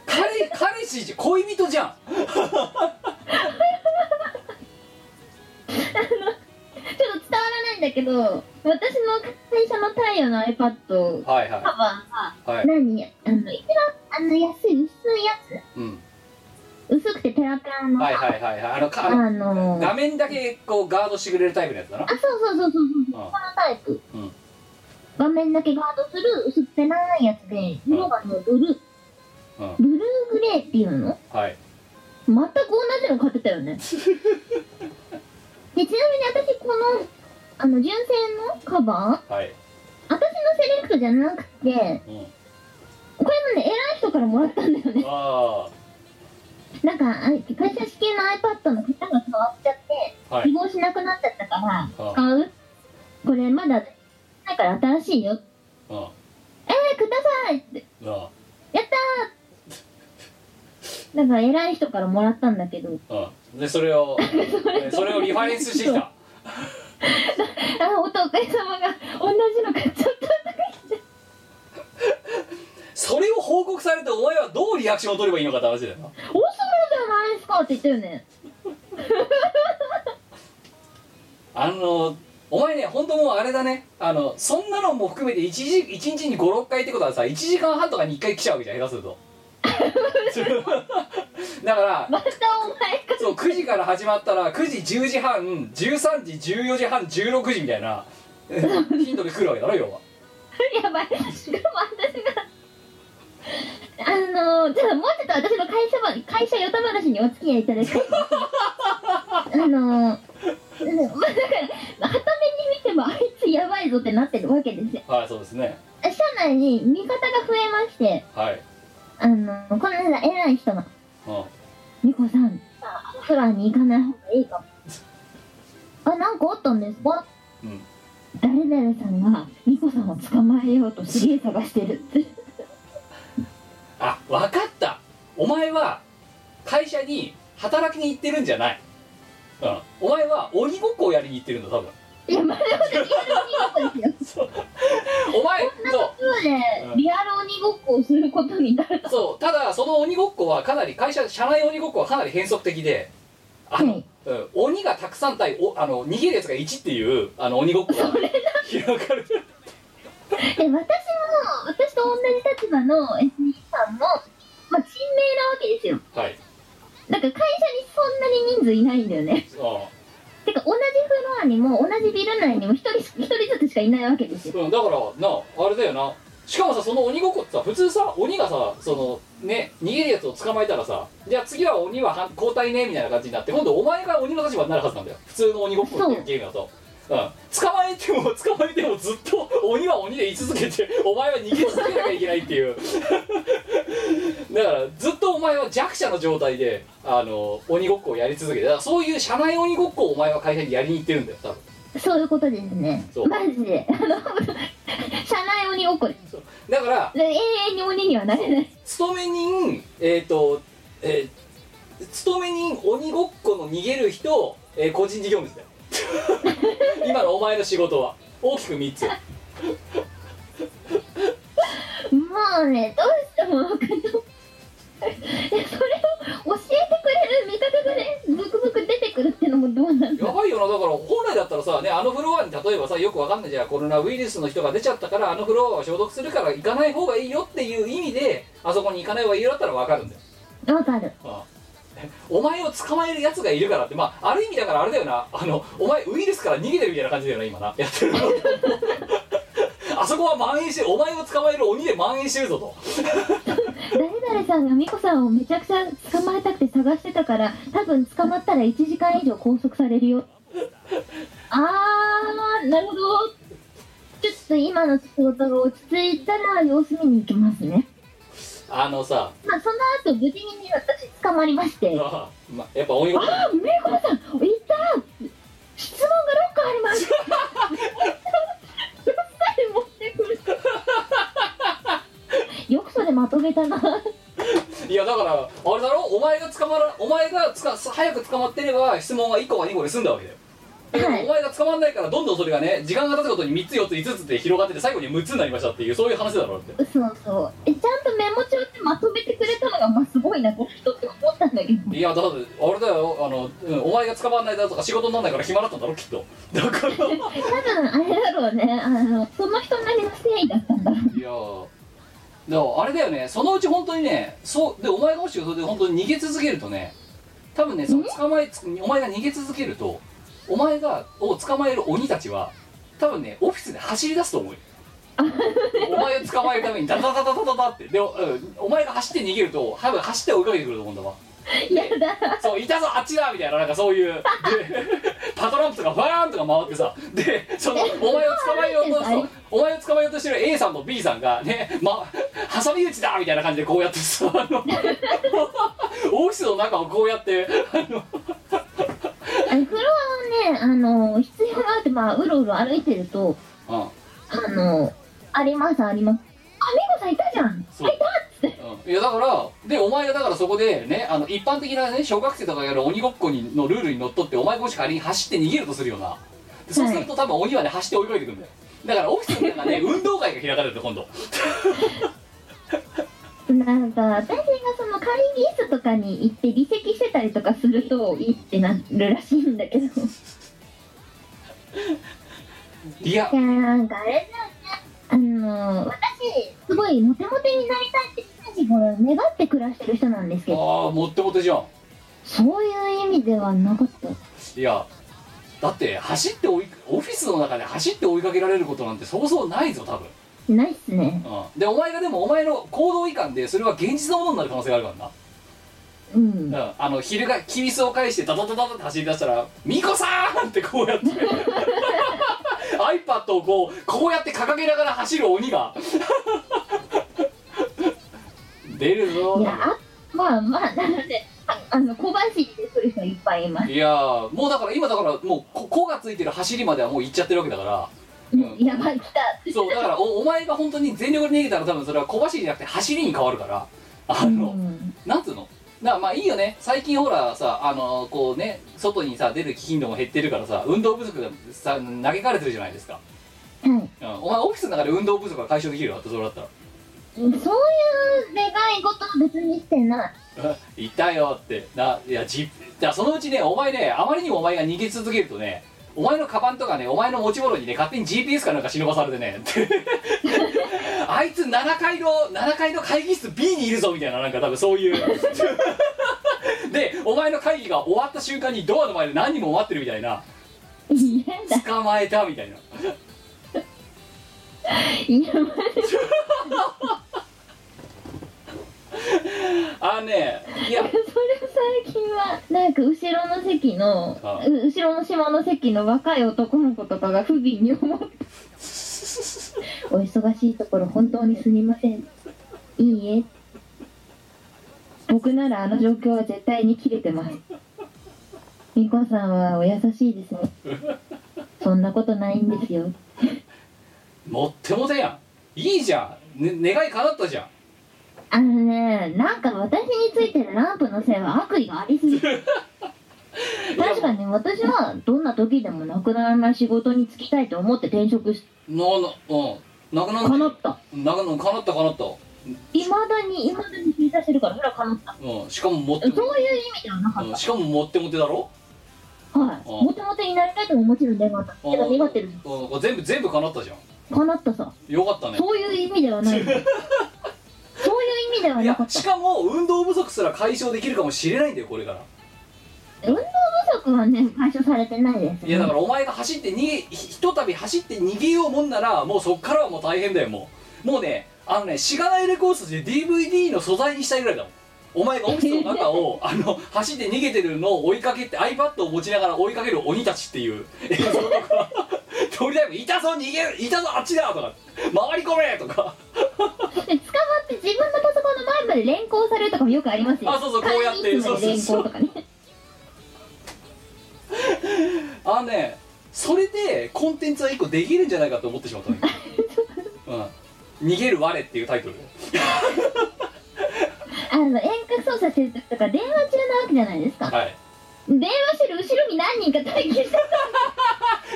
Speaker 3: 彼彼氏じゃ恋人じゃん
Speaker 4: ちょっと伝わらないんだけど、私の会社の太陽の iPad
Speaker 3: はいは
Speaker 4: カバーは、
Speaker 3: いはい
Speaker 4: 何あの、一番あの安い薄いや
Speaker 3: うん
Speaker 4: つ、薄くてペラペラの、
Speaker 3: はいはいはいはいあのかあの
Speaker 4: あの
Speaker 3: 画面だけこうガードしてくれるタイプのやつだな
Speaker 4: あ、そうそうそうそうそう、このタイプ、
Speaker 3: うん
Speaker 4: 画面だけガードする薄っぺらいやつで、色がね、ブルー、
Speaker 3: うん
Speaker 4: ブルーグレーっていうの
Speaker 3: はい
Speaker 4: 全く同じの買って たよねでちなみに私このあの純正のカバー
Speaker 3: はい
Speaker 4: 私のセレクトじゃなくて
Speaker 3: うん
Speaker 4: これもね偉い人からもらったんだよね
Speaker 3: あ
Speaker 4: なんかあ会社支給の iPad の型が変わっちゃって
Speaker 3: あはい
Speaker 4: 希望しなくなっちゃったから
Speaker 3: あ
Speaker 4: 使うこれまだないから新しいよ
Speaker 3: うんあ
Speaker 4: えー、くださいって
Speaker 3: あ
Speaker 4: やったー なんか偉い人からもらったんだけど
Speaker 3: うん、でそれをえそれをリファレンスしてきた
Speaker 4: あお得意様が同じの買っちゃった
Speaker 3: それを報告されてお前はどうリアクションを取ればいいのかって話だよな
Speaker 4: 「王様じゃないですか」って言ったよね
Speaker 3: あのお前ね本当もうあれだねあのそんなのも含めて 1, 時1日に56回ってことはさ1時間半とかに1回来ちゃうわけじゃん下手すると だから
Speaker 4: またお前か
Speaker 3: そう9時から始まったら9時10時半13時14時半16時みたいな 頻度で来るわけだろ要は
Speaker 4: やばいしかも私があのじゃあもうちょっと私の会社ば会社ヨタ話にお付き合いいただきたいあのうんまあだからはために見てもあいつやばいぞってなってるわけですよ
Speaker 3: はいそうですね
Speaker 4: 社内に味方が増えまして
Speaker 3: はい
Speaker 4: ああのこんなさ偉い人が
Speaker 3: うん
Speaker 4: 「ミコさんアフラに行かない方がいいかも」あなんかあったんですか
Speaker 3: うん
Speaker 4: 誰々さんがミコさんを捕まえようとすげえ探してるって
Speaker 3: あ分かったお前は会社に働きに行ってるんじゃない、うん、お前は鬼ごっこをやりに行ってるんだ多分
Speaker 4: いやまだまだリアル鬼ごっこですよ
Speaker 3: お前そう
Speaker 4: そうで
Speaker 3: うん
Speaker 4: リアル鬼ごっこをすることになる
Speaker 3: そうただその鬼ごっこはかなり会社社内鬼ごっこはかなり変則的であの、
Speaker 4: はい
Speaker 3: うん鬼がたくさん対おあの逃げるやつが1っていうあの鬼ごっこが 広がる
Speaker 4: で私も私と同じ立場の SE さんも、まあ、珍名なわけですよ
Speaker 3: はい
Speaker 4: だから会社にそんなに人数いないんだよね
Speaker 3: あ
Speaker 4: てか同じフロアにも同じビル内にも一人一人ずつしかいないわけですよ
Speaker 3: うん、だからなあれだよなしかもさその鬼ごっこってさ普通さ鬼がさそのね逃げるやつを捕まえたらさじゃあ次は鬼ははん交代ねみたいな感じになって今度お前が鬼の立場になるはずなんだよ普通の鬼ごっこっていうゲームだと。うん、捕まえても捕まえてもずっと鬼は鬼で居続けてお前は逃げ続けなきゃいけないっていう だからずっとお前は弱者の状態であの鬼ごっこをやり続けてだからそういう社内鬼ごっこをお前は会社にやりに行ってるんだよ多分
Speaker 4: そういうことですね
Speaker 3: そう
Speaker 4: マジであの 社内鬼ごっこです
Speaker 3: だから
Speaker 4: で永遠に鬼にはなれない
Speaker 3: 勤め人えっ、とえー勤め人鬼ごっこの逃げる人、えー個人事業主だよ 今のお前の仕事は大きく3つ
Speaker 4: もうねどうしても分かんないいやそれを教えてくれる味方がねブクブク出てくるってのもどうなんだ
Speaker 3: やばいよなだから本来だったらさねあのフロアに例えばさよくわかんないじゃんコロナウイルスの人が出ちゃったからあのフロアは消毒するから行かない方がいいよっていう意味であそこに行かない方がいいよだったらわかるんだよ
Speaker 4: わかる
Speaker 3: お前を捕まえるやつがいるからってまあある意味だからあれだよなあのお前ウイルスから逃げてるみたいな感じだよな今なやってるのあそこは蔓延してお前を捕まえる鬼で蔓延してるぞと
Speaker 4: 誰々さんが美子さんをめちゃくちゃ捕まえたくて探してたから多分捕まったら1時間以上拘束されるよあーなるほどちょっと今の仕事が落ち着いたら様子見に行きますね
Speaker 3: あのさ、
Speaker 4: まあその後無事にね私捕まりましてあ
Speaker 3: あまやっぱ鬼ごっこ
Speaker 4: あ美子さん行った質問が6個あります どっさり持ってくるよくそれまとめたない
Speaker 3: やだからあれだろお前が捕まらお前がつか早く捕まってれば質問は1個か2個で済んだわけだよだけど
Speaker 4: はい
Speaker 3: お前が捕まんないからどんどんそれがね時間が経つごとに3つ4つ5つって広がってて最後に6つになりましたっていうそういう話だろだって
Speaker 4: そうそうえちゃんとメモ帳ってまとめてくれたのがまあすごいなこの人って思ったんだけど
Speaker 3: いやだってあれだよあの、うんお前が捕まんないだとか仕事にならないから暇だったんだろきっとだから い
Speaker 4: 多分あれだろうねあのその人なりの誠意だったんだろう
Speaker 3: やーだからあれだよねそのうち本当にねそうでお前がもしそれで本当に逃げ続けるとね多分ねその捕まえつお前が逃げ続けるとお前がを捕まえる鬼たちは多分ねオフィスで走り出すと思う よお前を捕まえるためにダダダダダダダってで、うんお前が走って逃げると多分走って追いかけてくると思うんだわ
Speaker 4: やだ
Speaker 3: そういたぞあっちだみたいななんかそういうでパトランプとかファーンとか回ってさでそのお前を捕まえようと
Speaker 4: あれ
Speaker 3: そうお前を捕まえようとしてる A さんと B さんがねま挟み撃ちだみたいな感じでこうやってさあの オフィスの中をこうやってあの
Speaker 4: あのフロアをねあの必要があってまあうろうろ歩いてると
Speaker 3: うん
Speaker 4: あのありますありますあ美子さんいたじゃん
Speaker 3: そううんいやだからでお前がだからそこでねあの一般的なね小学生とかやる鬼ごっこにのルールにのっとってお前がもし仮に走って逃げるとするよなでそうすると多分鬼はね走って追いかけてくるんだよだからオフィスの中ね運動会が開かれると今度
Speaker 4: なんか私がその会議室とかに行って離席してたりとかするといいってなるらしいんだけど
Speaker 3: いや
Speaker 4: いやなんかあれだよねあのー、私すごいモテモテになりたいって常日頃願って暮らしてる人なんですけど
Speaker 3: ああもってもてじゃん
Speaker 4: そういう意味ではなかった
Speaker 3: いやだって走って追いオフィスの中で走って追いかけられることなんてそうそうないぞ多分、
Speaker 4: ないっすね
Speaker 3: うん、でお前がでもお前の行動違反でそれは現実のものになる可能性があるからな
Speaker 4: うん
Speaker 3: うん、あの昼がキビスを返してダダダダダって走り出したら「ミコさん!」ってこうやって iPad をこうこうやって掲げながら走る鬼が 出るぞ
Speaker 4: いやあまあまあなのでああの小走りで来る人いっぱいいます
Speaker 3: いやーもうだから今だからもうこ「こ」がついてる走りまではもう行っちゃってるわけだからうん
Speaker 4: やばい来た
Speaker 3: そうだからおお前が本当に全力で逃げたら多分それは小走りじゃなくて走りに変わるからあの、
Speaker 4: うん
Speaker 3: なんつうのだからまあいいよね最近ほらさあのこうね外にさ出る頻度も減ってるからさ運動不足がさ嘆かれてるじゃないですか、
Speaker 4: はい
Speaker 3: うん、お前オフィスの中で運動不足が解消できるよってそれだったら
Speaker 4: そういう願い事は別にしてない
Speaker 3: い たよってないやじだからそのうちねお前ねあまりにもお前が逃げ続けるとねお前のカバンとかねお前の持ち物にね勝手に GPS かなんか忍ばされてね あいつ7階の7階の会議室 B にいるぞみたいななんか多分そういう でお前の会議が終わった瞬間にドアの前で何人も待ってるみたいな
Speaker 4: 嫌だ
Speaker 3: 捕まえたみたいな
Speaker 4: 嫌だ
Speaker 3: あのねいや
Speaker 4: それ最近はなんか後ろの席の
Speaker 3: ああ
Speaker 4: う後ろの島の席の若い男の子とかが不憫に思ってお忙しいところ本当にすみませんいいえ僕ならあの状況は絶対に切れてますみこさんはお優しいですねそんなことないんですよ
Speaker 3: もってもてやんいいじゃん、ね、願い叶ったじゃん
Speaker 4: あのねなんか私についてるランプのせいは悪意がありすぎる確かに私はどんな時でもなくならない仕事に就きたいと思って転職し
Speaker 3: ななうんなくな
Speaker 4: かな
Speaker 3: っ
Speaker 4: った
Speaker 3: たなくなかなったかなった
Speaker 4: いまだにいまだに引い出してるからそれはかなった
Speaker 3: うん、しかも持っ
Speaker 4: そ
Speaker 3: て
Speaker 4: ういう意味ではなかっ
Speaker 3: うんしかも持って持てだろ
Speaker 4: たはいモテモテになりたいとももちろん願ったけど願ってる
Speaker 3: うんうん全部全部叶ったじゃん
Speaker 4: かなったさ
Speaker 3: よかったね
Speaker 4: そういう意味ではないそういう意味ではいな
Speaker 3: や
Speaker 4: かった
Speaker 3: しかも運動不足すら解消できるかもしれないんだよこれから
Speaker 4: 運動不足はね解消されてないですね
Speaker 3: いやだからお前が走って逃げひひとたび走って逃げようもんならもうそっからはもう大変だよもうもうねあのねしがないレコースで DVD の素材にしたいぐらいだもんお前がオフィスの中をあの走って逃げてるのを追いかけて iPad を持ちながら追いかける鬼たちっていう 映像とかとりあえず「いたぞ逃げるいたぞあっちだ!」とか「回り込め!」とか
Speaker 4: で捕まって自分のパソコンの前まで連行されるとかもよくありますよ
Speaker 3: あそうそうこうやって
Speaker 4: 会議室まで連行とかね
Speaker 3: あのねそれでコンテンツは一個できるんじゃないかと思ってしまったのようん、逃げる我っていうタイトルで
Speaker 4: あの遠隔操作してる時とか電話中なわけじゃないですか
Speaker 3: はい
Speaker 4: 電話してる後ろに何人か待機してる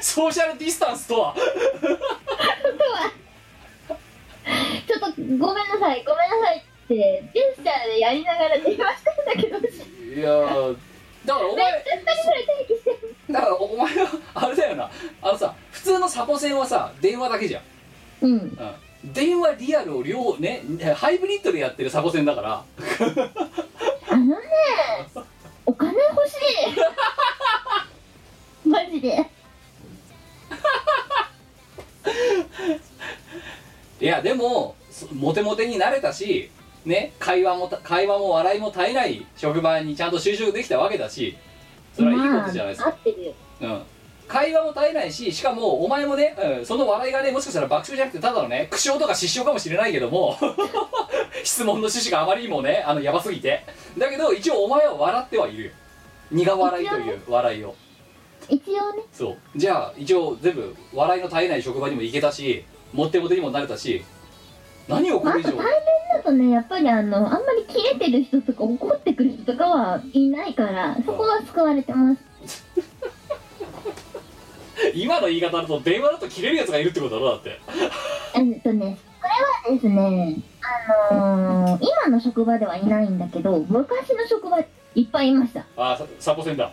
Speaker 3: ソーシャルディスタンスとは
Speaker 4: ことはちょっとごめんなさいごめんなさいってジェスチャーでやりながら電話したんだけどめっち
Speaker 3: いやーだからお前
Speaker 4: ゃ2人ぐらい待機してる
Speaker 3: だからお前はあれだよなあのさ普通のサポセンはさ電話だけじゃん、
Speaker 4: うん
Speaker 3: うん、電話リアルを両方ねハイブリッドでやってるサポセンだから
Speaker 4: あのねお金欲しいマジで
Speaker 3: いやでもそモテモテになれたしね会話もた会話も笑いも絶えない職場にちゃんと就職できたわけだしそれはいいことじゃないですか、
Speaker 4: まあ合ってるよ
Speaker 3: うん会話も絶えないししかもお前もね、うんその笑いがねもしかしたら爆笑じゃなくてただのね苦笑とか失笑かもしれないけども 質問の趣旨があまりにもねあのやばすぎてだけど一応お前は笑ってはいるよ苦笑いという笑いを
Speaker 4: 一応ね
Speaker 3: そうじゃあ一応全部笑いの絶えない職場にも行けたしモってモてにもなれたし何をこ
Speaker 4: まあ、あ
Speaker 3: れ以
Speaker 4: と対
Speaker 3: 上
Speaker 4: 面だとねやっぱりあのあんまりキレてる人とか怒ってくる人とかはいないからそこは救われてます
Speaker 3: 今の言い方だと電話だと切れるやつがいるってことだろだって
Speaker 4: えっとねこれはですねあのー今の職場ではいないんだけど昔の職場いっぱいいました
Speaker 3: ああササポセンだ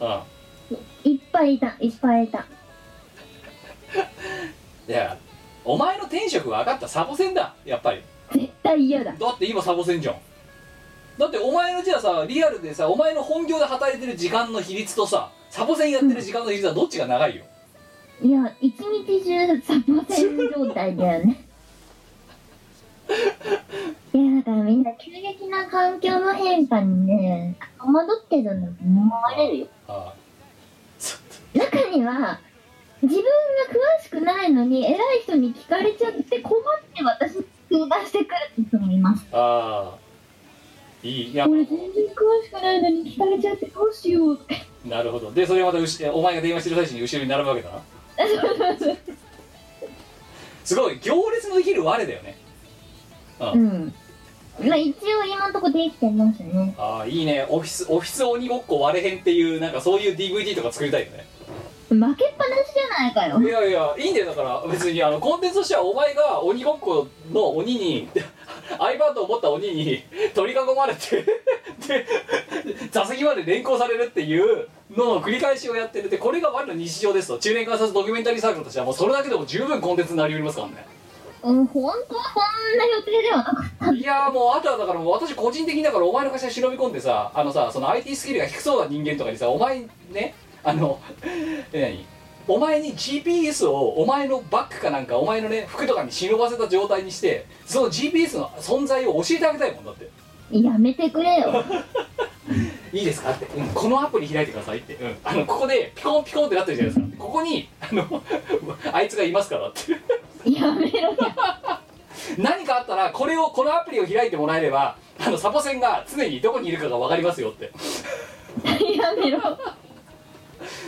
Speaker 3: うん
Speaker 4: いっぱいいたいっぱいいた
Speaker 3: いやお前の天職は上がったサボセンだやっぱり
Speaker 4: 絶対嫌だ
Speaker 3: だって今サボセンじゃんだってお前のじゃあさリアルでさお前の本業で働いてる時間の比率とさサボセンやってる時間の比率はどっちが長いよ
Speaker 4: いや一日中サボテン状態だよねいやだからみんな急激な環境の変化にね戸惑ってるの思われるよ
Speaker 3: ああそ
Speaker 4: 中には自分が詳しくないのに偉い人に聞かれちゃって困って私に相談してくるって人もいます
Speaker 3: ああいいいや
Speaker 4: 俺全然詳しくないのに聞かれちゃってどうしようって
Speaker 3: なるほどでそれまたうしお前が電話してる最中に後ろに並ぶわけだな すごい行列のできる我だよね
Speaker 4: うんまあ一応今んとこできてますね
Speaker 3: ああいいねオフィスオフィス鬼ごっこ割れへんっていうなんかそういう DVD とか作りたいよね
Speaker 4: 負けっぱなしじゃないかよ
Speaker 3: いやいやいいんだよだから別にあのコンテンツとしてはお前が鬼ごっこの鬼に 相棒と思った鬼に取り囲まれてで座席まで連行されるっていうのの繰り返しをやってるでこれが我の日常ですと中年観察ドキュメンタリーサークルとしてはもうそれだけでも十分コンテンツになりうりますからね
Speaker 4: うん本当はこんな予定ではなかっ
Speaker 3: いやーもうあとはだからもう私個人的にだからお前の会社に忍び込んでさあのさその IT スキルが低そうな人間とかにさお前ねあの え何お前に GPS をお前のバッグかなんかお前のね服とかに忍ばせた状態にしてその GPS の存在を教えてあげたいもんだって
Speaker 4: たやめてくれ よ
Speaker 3: いいですかって、うんこのアプリ開いてくださいって、うんあのここでピコンピコンってなってるじゃないですかここにあの あいつがいますからって
Speaker 4: やめろ よ
Speaker 3: 何かあったらこれをこのアプリを開いてもらえればあのサボセンが常にどこにいるかが分かりますよって
Speaker 4: やめろ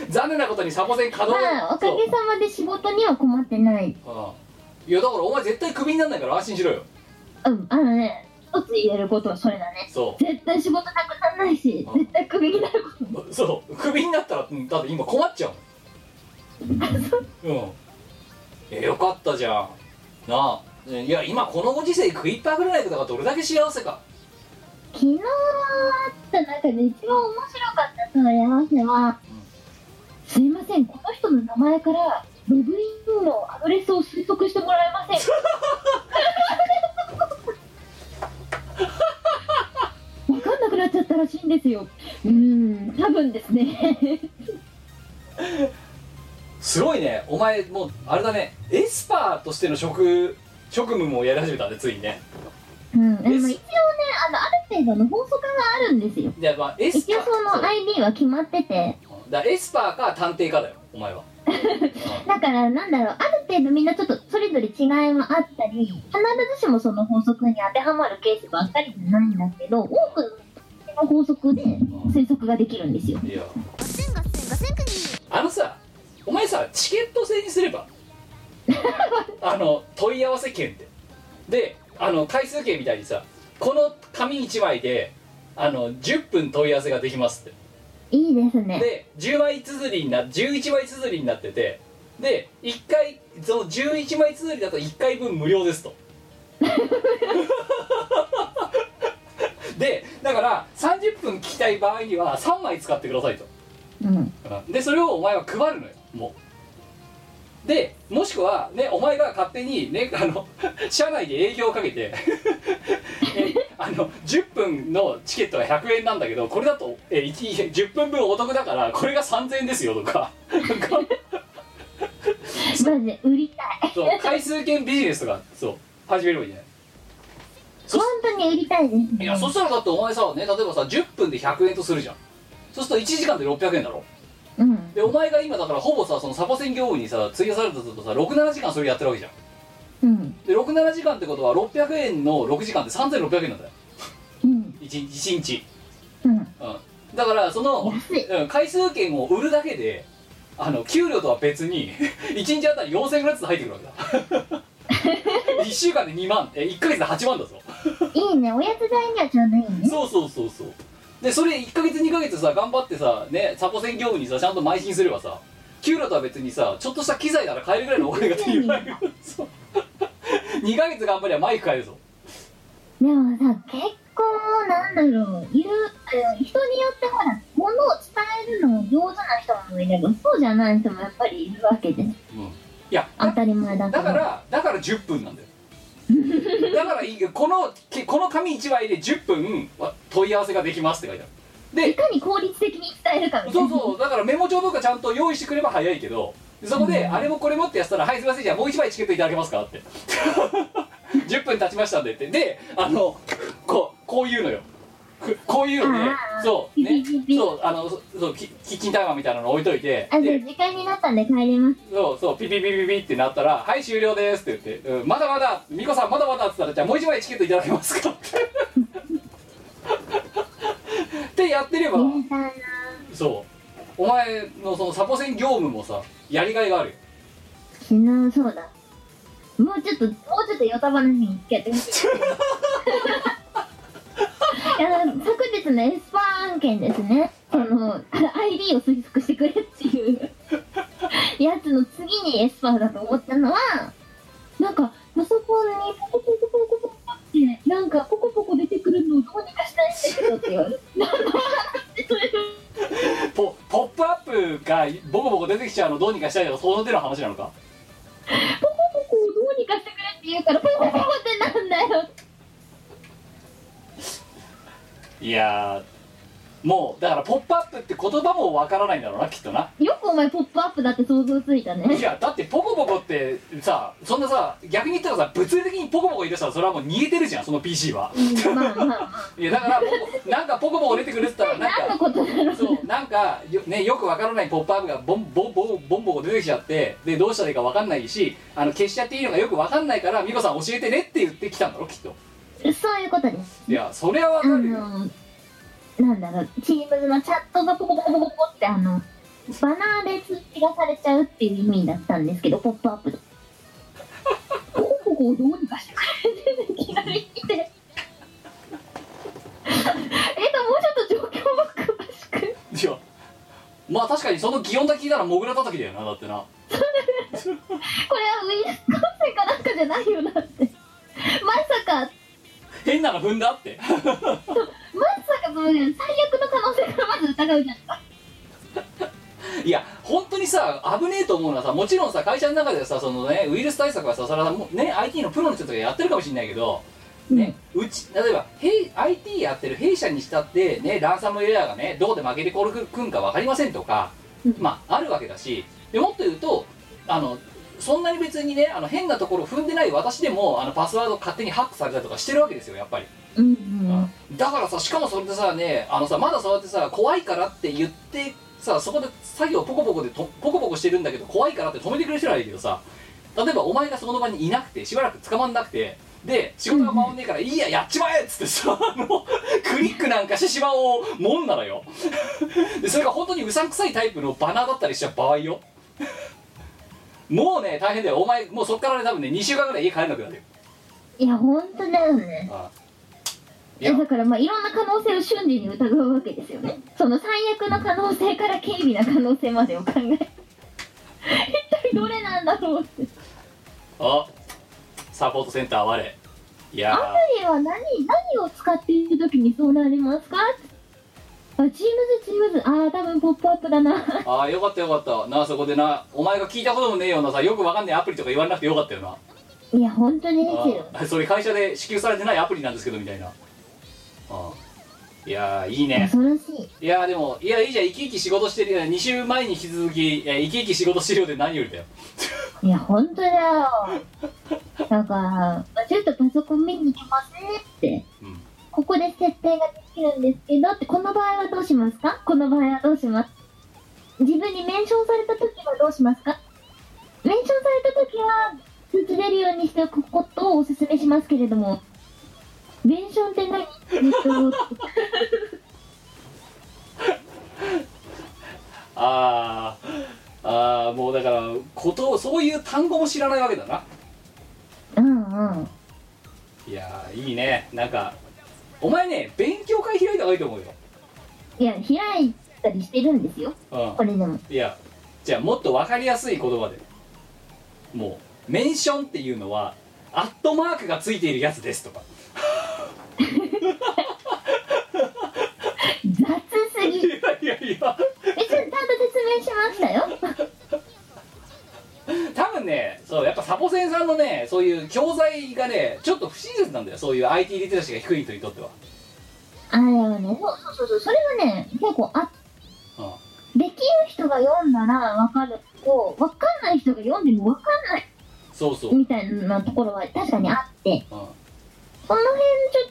Speaker 3: 残念なことにサボセン稼働
Speaker 4: まあおかげさまで仕事には困ってない
Speaker 3: そううんいやだからお前絶対クビにならないから安心しろよ
Speaker 4: うんあのね一つ言えることはそれだね
Speaker 3: そ
Speaker 4: 絶対仕事なくならないし絶対クビになることも
Speaker 3: う そうクビになったらうんだって今困っちゃうもんうんえよかったじゃんなあえいや今このご時世食いっぱぐらいだからどれだけ幸せか
Speaker 4: 昨日あった中で一番面白かった問い合わせは、すいませんこの人の名前からログインのアドレスを推測してもらえませんか わかんなくなっちゃったらしいんですようーん多分ですね
Speaker 3: すごいねお前もうあれだねエスパーとしての職職務もやり始めたんでついにね
Speaker 4: うんでも一応ねあのある程度の法則があるんですよ
Speaker 3: いやまあエスパ
Speaker 4: 一
Speaker 3: ー
Speaker 4: 応そ
Speaker 3: そう
Speaker 4: の
Speaker 3: だ
Speaker 4: ID は決まってて
Speaker 3: からエスパーか探偵かだよお 前は
Speaker 4: だからなんだろうある程度みんなちょっとそれぞれ違いもあったり必ずしもその法則に当てはまるケースばっかりじゃないんだけど多くの法則で推測ができるんですよ
Speaker 3: いや
Speaker 1: すんごすんごすんくに
Speaker 3: あのさお前さチケット制にすればあの問い合わせ券ってであの回数券みたいにさこの紙1枚であの10分問い合わせができますって
Speaker 4: いいですね
Speaker 3: で10枚綴りにな11枚綴りになっててで1回その11枚綴りだと1回分無料ですとでだから30分聞きたい場合には3枚使ってくださいと
Speaker 4: うん
Speaker 3: でそれをお前は配るのよもうでもしくはねお前が勝手にねあの 社内で営業をかけて えあの10分のチケットは100円なんだけどこれだとえいち10分分お得だからこれが3000円ですよとか なんか
Speaker 4: マジで売りたい
Speaker 3: そう回数券ビジネスとかそう始めればいいんじゃないそ
Speaker 4: 本当に売りたいです
Speaker 3: い
Speaker 4: ね
Speaker 3: やそしたらだってお前さね例えばさ10分で100円とするじゃんそうすると1時間で600円だろ
Speaker 4: うん
Speaker 3: でお前が今だからほぼさそのサボセン業務にさ費やされたとするとさ67時間それやってるわけじゃん
Speaker 4: うん
Speaker 3: で67時間ってことは600円の6時間って3600円なんだよ
Speaker 4: うん
Speaker 3: 1日1日、
Speaker 4: うん
Speaker 3: うん、だからその、
Speaker 4: 安い
Speaker 3: うん、回数券を売るだけであの給料とは別に 1日あたり4000円ぐらいずつ入ってくるわ けだ1週間で2万え1ヶ月で8万だぞ
Speaker 4: いいねおやつ代にはちょうどいいね
Speaker 3: そうそうそうそうでそれ1ヶ月2ヶ月さ頑張ってさねサポセン業務にさちゃんと邁進すればさ給料とは別にさちょっとした機材なら買えるぐらいのお金が手に入るそう2ヶ月頑張りゃマイク買えるぞ
Speaker 4: でもさ結構なんだろう言うあの人によってほら物を伝えるの上手な人もいればそうじゃない人もやっぱりいるわけです
Speaker 3: いや
Speaker 4: 当たり前だか
Speaker 3: だ
Speaker 4: ら
Speaker 3: からだから10分なんだよ だからいいよこのけこの紙1枚で10分は問い合わせができますって書いてある
Speaker 4: い
Speaker 3: で
Speaker 4: かに効率的に伝えるかみたい
Speaker 3: そう
Speaker 4: な
Speaker 3: そうだからメモ帳とかちゃんと用意してくれば早いけどそこであれもこれもってやってたら「はいすいませんじゃあもう1枚チケットいただけますか?」って 10分経ちましたんでってであのこうこういうのよくこういうので
Speaker 4: あー
Speaker 3: そうね
Speaker 4: ピピピ
Speaker 3: そうあのそそうキキッチンタイマーみたいなの置いといて
Speaker 4: あじゃあ
Speaker 3: で
Speaker 4: 時間になったんで帰ります
Speaker 3: そうそうピピピピピってなったら「はい終了です」って言って「うん、まだまだ美子さんまだまだ」って言ったら「じゃあもう一枚チケットいただけますか」ってれや ってれば、
Speaker 4: ねえさ
Speaker 3: そうお前のそのサポセン業務もさやりがいがあるよ
Speaker 4: 死ぬそうだもうちょっともうちょっとヨタ話にやってほしいいや昨日のエスパー案件ですねその ID を推測してくれっていうやつの次にエスパーだと思ったのはなんかパソコンにポコポコポコポコってなんかポコポコ出てくるのをどうにかしたいんだけどって言われて何の話 それ
Speaker 3: ポポップアップがボコボコ出てきちゃうのどうにかしたいとかその手の話なのか
Speaker 4: ポコポコをどうにかしてくれって言うからポコポコってなんだよ
Speaker 3: いやーもうだから「ポップアップって言葉もわからないんだろうなきっとな
Speaker 4: よくお前ポップアップだって想像ついた
Speaker 3: い
Speaker 4: ね
Speaker 3: やだってポコポコってさそんなさ逆に言ったらさ物理的にポコポコ言い出したらそれはもう逃げてるじゃんその PC は
Speaker 4: うんまあまあまあ
Speaker 3: いやだからポコ なんかポコポコ出てくるっつったらなん
Speaker 4: 何の
Speaker 3: か
Speaker 4: ことだろう
Speaker 3: そうなんかよ,、ね、よくわからないポップアップがボンボンボンボンボコ出てきちゃってでどうしたらいいかわかんないしあの消しちゃっていいのがよくわかんないから美子さん教えてねって言ってきたんだろきっと
Speaker 4: そういうことです
Speaker 3: いやそれはわ
Speaker 4: あ
Speaker 3: かるよ
Speaker 4: のなんだろうチームのチャットがポコポコポコポコってあのバナーで通知がされちゃうっていう意味だったんですけどポップアップでポコポコをどうにかしてくれてる気ができてえっともうちょっと状況も詳しく
Speaker 3: いやまあ確かにその擬音だけ聞いたらモグラ叩きだよなだってな
Speaker 4: これはウイルス感染かなんかじゃないよなってまさか
Speaker 3: 変なの踏んだって
Speaker 4: まさかその最悪の可能性からまず疑うじゃん
Speaker 3: いや本当にさ危ねえと思うのはさもちろんさ会社の中でさそのねウイルス対策はさそれはもうね IT のプロの人とかやってるかもしれないけどね、うち例えば弊 IT やってる弊社にしたってねランサムウェアがねどこで負けてこるくんか分かりませんとか、
Speaker 4: うん
Speaker 3: まああるわけだしでもっと言うとあのそんなに別にねあの変なところ踏んでない私でもあのパスワード勝手にハックされたりとかしてるわけですよやっぱり
Speaker 4: うんうん
Speaker 3: だからさしかもそれでさねあのさまだそうやってさ怖いからって言ってさそこで作業ポコポコでとポコポコしてるんだけど怖いからって止めてくれる人はいいけどさ例えばお前がその場にいなくてしばらく捕まんなくてで仕事が回んねえから「いいややっちまえ!」っつってさ あのクリックなんかしてしまおうもんなのよでそれが本当にうさんくさいタイプのバナーだったりした場合よもうね大変だよお前もうそっからね多分ね2週間ぐらい家帰れなくなるよ
Speaker 4: いや本当だよね
Speaker 3: あ
Speaker 4: いやだからまあいろんな可能性を瞬時に疑うわけですよねその最悪の可能性から軽微な可能性までを考える一体どれなんだろうって
Speaker 3: あサポートセンター我いやー
Speaker 4: アプリは何何を使っている時にそうなりますかあチームズチームズああ多分ポップアップだな
Speaker 3: ああよかったよかったなあそこでなお前が聞いたこともねえようなさよくわかんないアプリとか言わなくてよかったよない
Speaker 4: や本当にですよ
Speaker 3: あそれ会社で支給されてないアプリなんですけどみたいなあいやーいいね
Speaker 4: 恐ろしい
Speaker 3: いやーでもいやいいじゃん生き生き仕事してる2週前に引き続きえー生き生き仕事してるようで何よりだよ
Speaker 4: いや、本当だよ。なん か、ちょっとパソコン見に行きますねって、
Speaker 3: うん
Speaker 4: ここで設定ができるんですけどって、この場合はどうしますかこの場合はどうします自分にメンションされた時はどうしますかメンションされた時は、通知出るようにしておくことをお勧めしますけれども、メンションって何えっと、
Speaker 3: あーあーもうだからことそういう単語も知らないわけだな
Speaker 4: うんうん。
Speaker 3: いやーいいねなんかお前ね勉強会開いた方がいいと思うよ
Speaker 4: いや、開いたりしてるんですよ。
Speaker 3: うん
Speaker 4: これでも。
Speaker 3: いやじゃあもっと分かりやすい言葉でもうメンションっていうのはアットマークがついているやつです とか
Speaker 4: 雑すぎ
Speaker 3: い。やいやいや
Speaker 4: 別にちゃんと説明しましたよ。
Speaker 3: 多分ねそうやっぱサボセンさんのねそういう教材がねちょっと不親切なんだよそういう IT リテラシーが低い人にとっては、
Speaker 4: あれはね、そうそうそうそう、それはね、結構あ、
Speaker 3: うん、
Speaker 4: できる人が読んだらわかるけど、わかんない人が読んでもわかんない
Speaker 3: そうそう、うん、
Speaker 4: みたいなところは確かにあって、その辺ちょ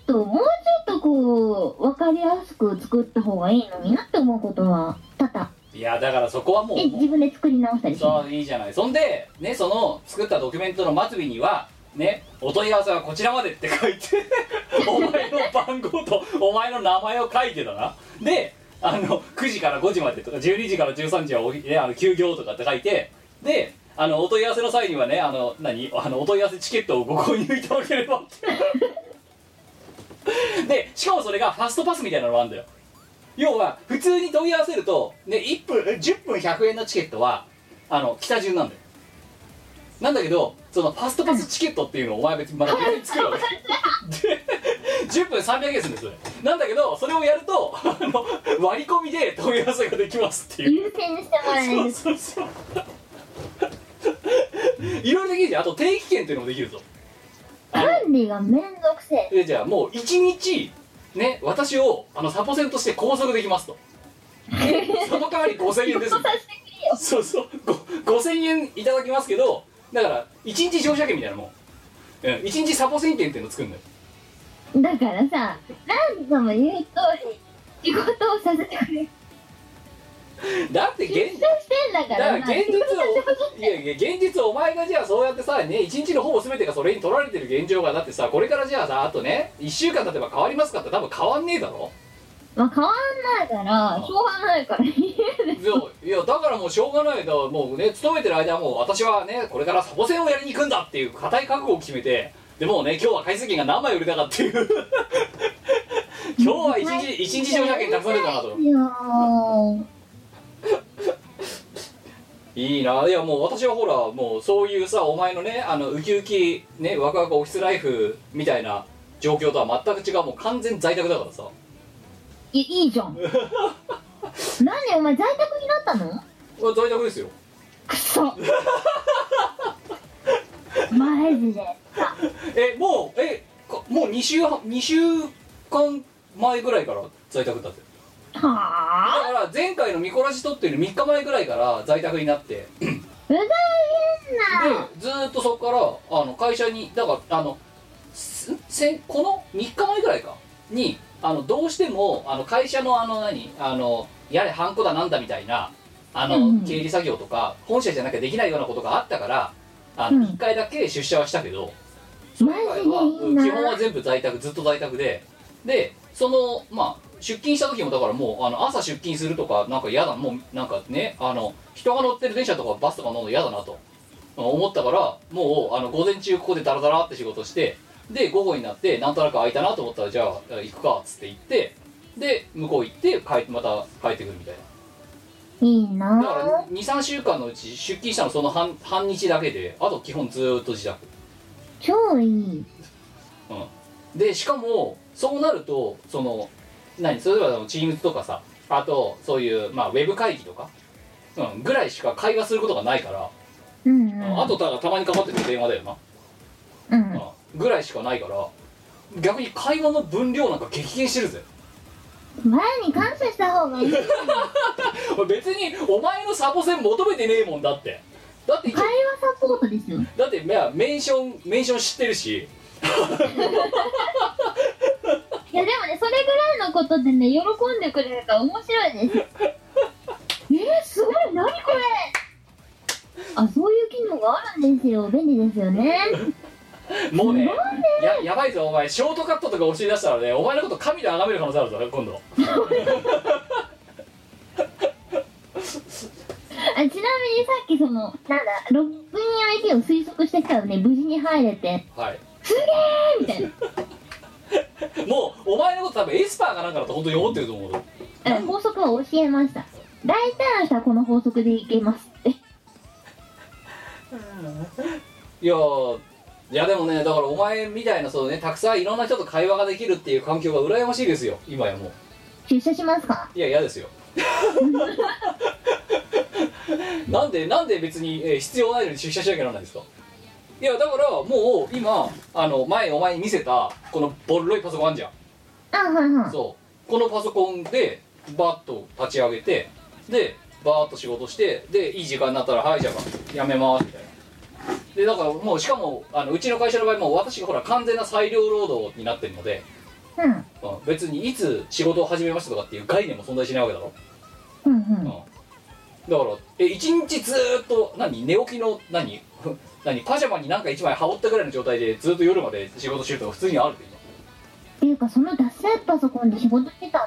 Speaker 4: っと、もうちょっとこう、わかりやすく作った方がいいのになって思うことは多々。
Speaker 3: いやだからそこはもう
Speaker 4: で、自分で作り直したりしま
Speaker 3: そういいじゃないそんでねその作ったドキュメントの末尾にはねお問い合わせ はこちらまでって書いてお前の番号とお前の名前を書いてたなであの9時から5時までとか12時から13時はお、ね、あの休業とかって書いてであのお問い合わせの際にはねあの何あのお問い合わせチケットをご購入いただければっ てでしかもそれがファストパスみたいなのがあるんだよ要は普通に問い合わせると、ね、1分え10分100円のチケットはあの北順なんだよなんだけどそのファストパスチケットっていうのをお前は別にまだ別に作るわけで10分300円ですんですよなんだけどそれをやるとあの割り込みで問い合わせができますっていう
Speaker 4: 優先してもらえ
Speaker 3: そう
Speaker 4: る
Speaker 3: そうそういろいろできるじゃんあと定期券っていうのもできるぞ
Speaker 4: 管理がめんどくせえ
Speaker 3: でじゃあもう一日ね私をあのサポセンとして拘束できますとでその代わり5000円です
Speaker 4: そうさせてくれよ
Speaker 3: そうそうご5000円いただきますけどだから一日乗車券みたいなもんうん、1日サポセン券っていうの作るんだよ
Speaker 4: だからさ何度も言う通り仕事をさせてくれ優
Speaker 3: だって
Speaker 4: 先
Speaker 3: 現
Speaker 4: してんだか
Speaker 3: だからら
Speaker 4: な
Speaker 3: 現実をいやいや現実をお前がじゃあそうやってさね一日のほぼ全てがそれに取られてる現状がだってさこれからじゃあさあとね1週間経てば変わりますかって多分変わんねえだろ
Speaker 4: まあ変わんないからしょうがないから
Speaker 3: いやいやだからもうしょうがないだもうね勤めてる間はもう私はねこれからサボセンをやりに行くんだっていう固い覚悟を決めてでもうね今日は回数券が何枚売れたかっていう今日は一日一日乗車券たくさん出たなと
Speaker 4: いやー
Speaker 3: いいないやもう私はほらもうそういうさお前のねあのウキウキねワクワクオフィスライフみたいな状況とは全く違うもう完全在宅だからさ
Speaker 4: いいいじゃん何お前在宅になったの
Speaker 3: 在宅ですよ
Speaker 4: くそマジでさ
Speaker 3: えもうえかもう2週半二週間前ぐらいから在宅だってだ
Speaker 4: は
Speaker 3: か
Speaker 4: あ
Speaker 3: ら前回の見こらし撮ってる3日前ぐらいから在宅になってで
Speaker 4: うざい変な
Speaker 3: ずーっとそこからあの会社にだからあのす先この3日前ぐらいかにあのどうしてもあの会社のあの何あのやれハンコだなんだみたいなあ
Speaker 4: うんう
Speaker 3: の
Speaker 4: ん
Speaker 3: 経理作業とか本社じゃなきゃできないようなことがあったからあ
Speaker 4: うん
Speaker 3: の1回だけ出社はしたけど、
Speaker 4: マ
Speaker 3: 今回
Speaker 4: ジ
Speaker 3: は
Speaker 4: でいいな
Speaker 3: 基本は全部在宅ずっと在宅ででそのまあ出勤した時もだからもうあの朝出勤するとかなんか嫌だもうなんかねあの人が乗ってる電車とかバスとか乗るの嫌だなと思ったからもうあの午前中ここでダラダラって仕事してで午後になってなんとなく空いたなと思ったらじゃあ行くかっつって行ってで向こう行って帰ってまた帰ってくるみたい
Speaker 4: いい
Speaker 3: なだから
Speaker 4: な
Speaker 3: 23週間のうち出勤したのその半半日だけであと基本ずーっと自宅
Speaker 4: 超いい
Speaker 3: でしかもそうなるとその何それはチームとかさあとそういう、まあ、ウェブ会議とか、うん、ぐらいしか会話することがないから、
Speaker 4: うんうん
Speaker 3: あとただたまにかかってくる電話だよな、
Speaker 4: うん
Speaker 3: うん、ぐらいしかないから逆に会話の分量なんか激減してるぜ
Speaker 4: 前に感謝した方がいい会話
Speaker 3: 別にお前のサボセン求めてねえもんだってだって一応
Speaker 4: サポートですよ
Speaker 3: だっていやメンションメンション知ってるし
Speaker 4: いやでもねそれぐらいのことでね喜んでくれるから面白いですえー、すごい何これあそういう機能があるんですよ便利ですよね
Speaker 3: もうねややばいぞお前ショートカットとか教え出したらねお前のこと神で崇める可能性あるぞ今度
Speaker 4: あちなみにさっきそのなんだロックイン ID を推測してきたのね無事に入れて
Speaker 3: はい
Speaker 4: すげーみたいな
Speaker 3: もうお前のこと多分エスパーかなんかだと本当に思ってると思うよ
Speaker 4: あ法則を教えました大体の人はこの法則でいけますって
Speaker 3: いやーいやでもねだからお前みたいなそうねたくさんいろんな人と会話ができるっていう環境が羨ましいですよ今やもう
Speaker 4: 出社しますか
Speaker 3: いや嫌ですよなんでなんで別に、えー必要ないのに出社しなきゃならないんですかいやだからもう今あの前お前に見せたこのボロいパソコンあんじゃん
Speaker 4: あはいはい
Speaker 3: そうこのパソコンでバッと立ち上げてでバーッと仕事してでいい時間になったら「はいじゃあやめます」みたいなでだからもうしかもあのうちの会社の場合もう私がほら完全な裁量労働になってるので、
Speaker 4: う
Speaker 3: う
Speaker 4: ん
Speaker 3: ん別にいつ仕事を始めましたとかっていう概念も存在しないわけだろ、
Speaker 4: うん
Speaker 3: う
Speaker 4: うんん
Speaker 3: だからえ一日ずーっと何寝起きの何 何パジャマになんか一枚羽織ったぐらいの状態でずーっと夜まで仕事してるとか普通にあるっていう
Speaker 4: っていうかそのダサいパソコンで仕事してたの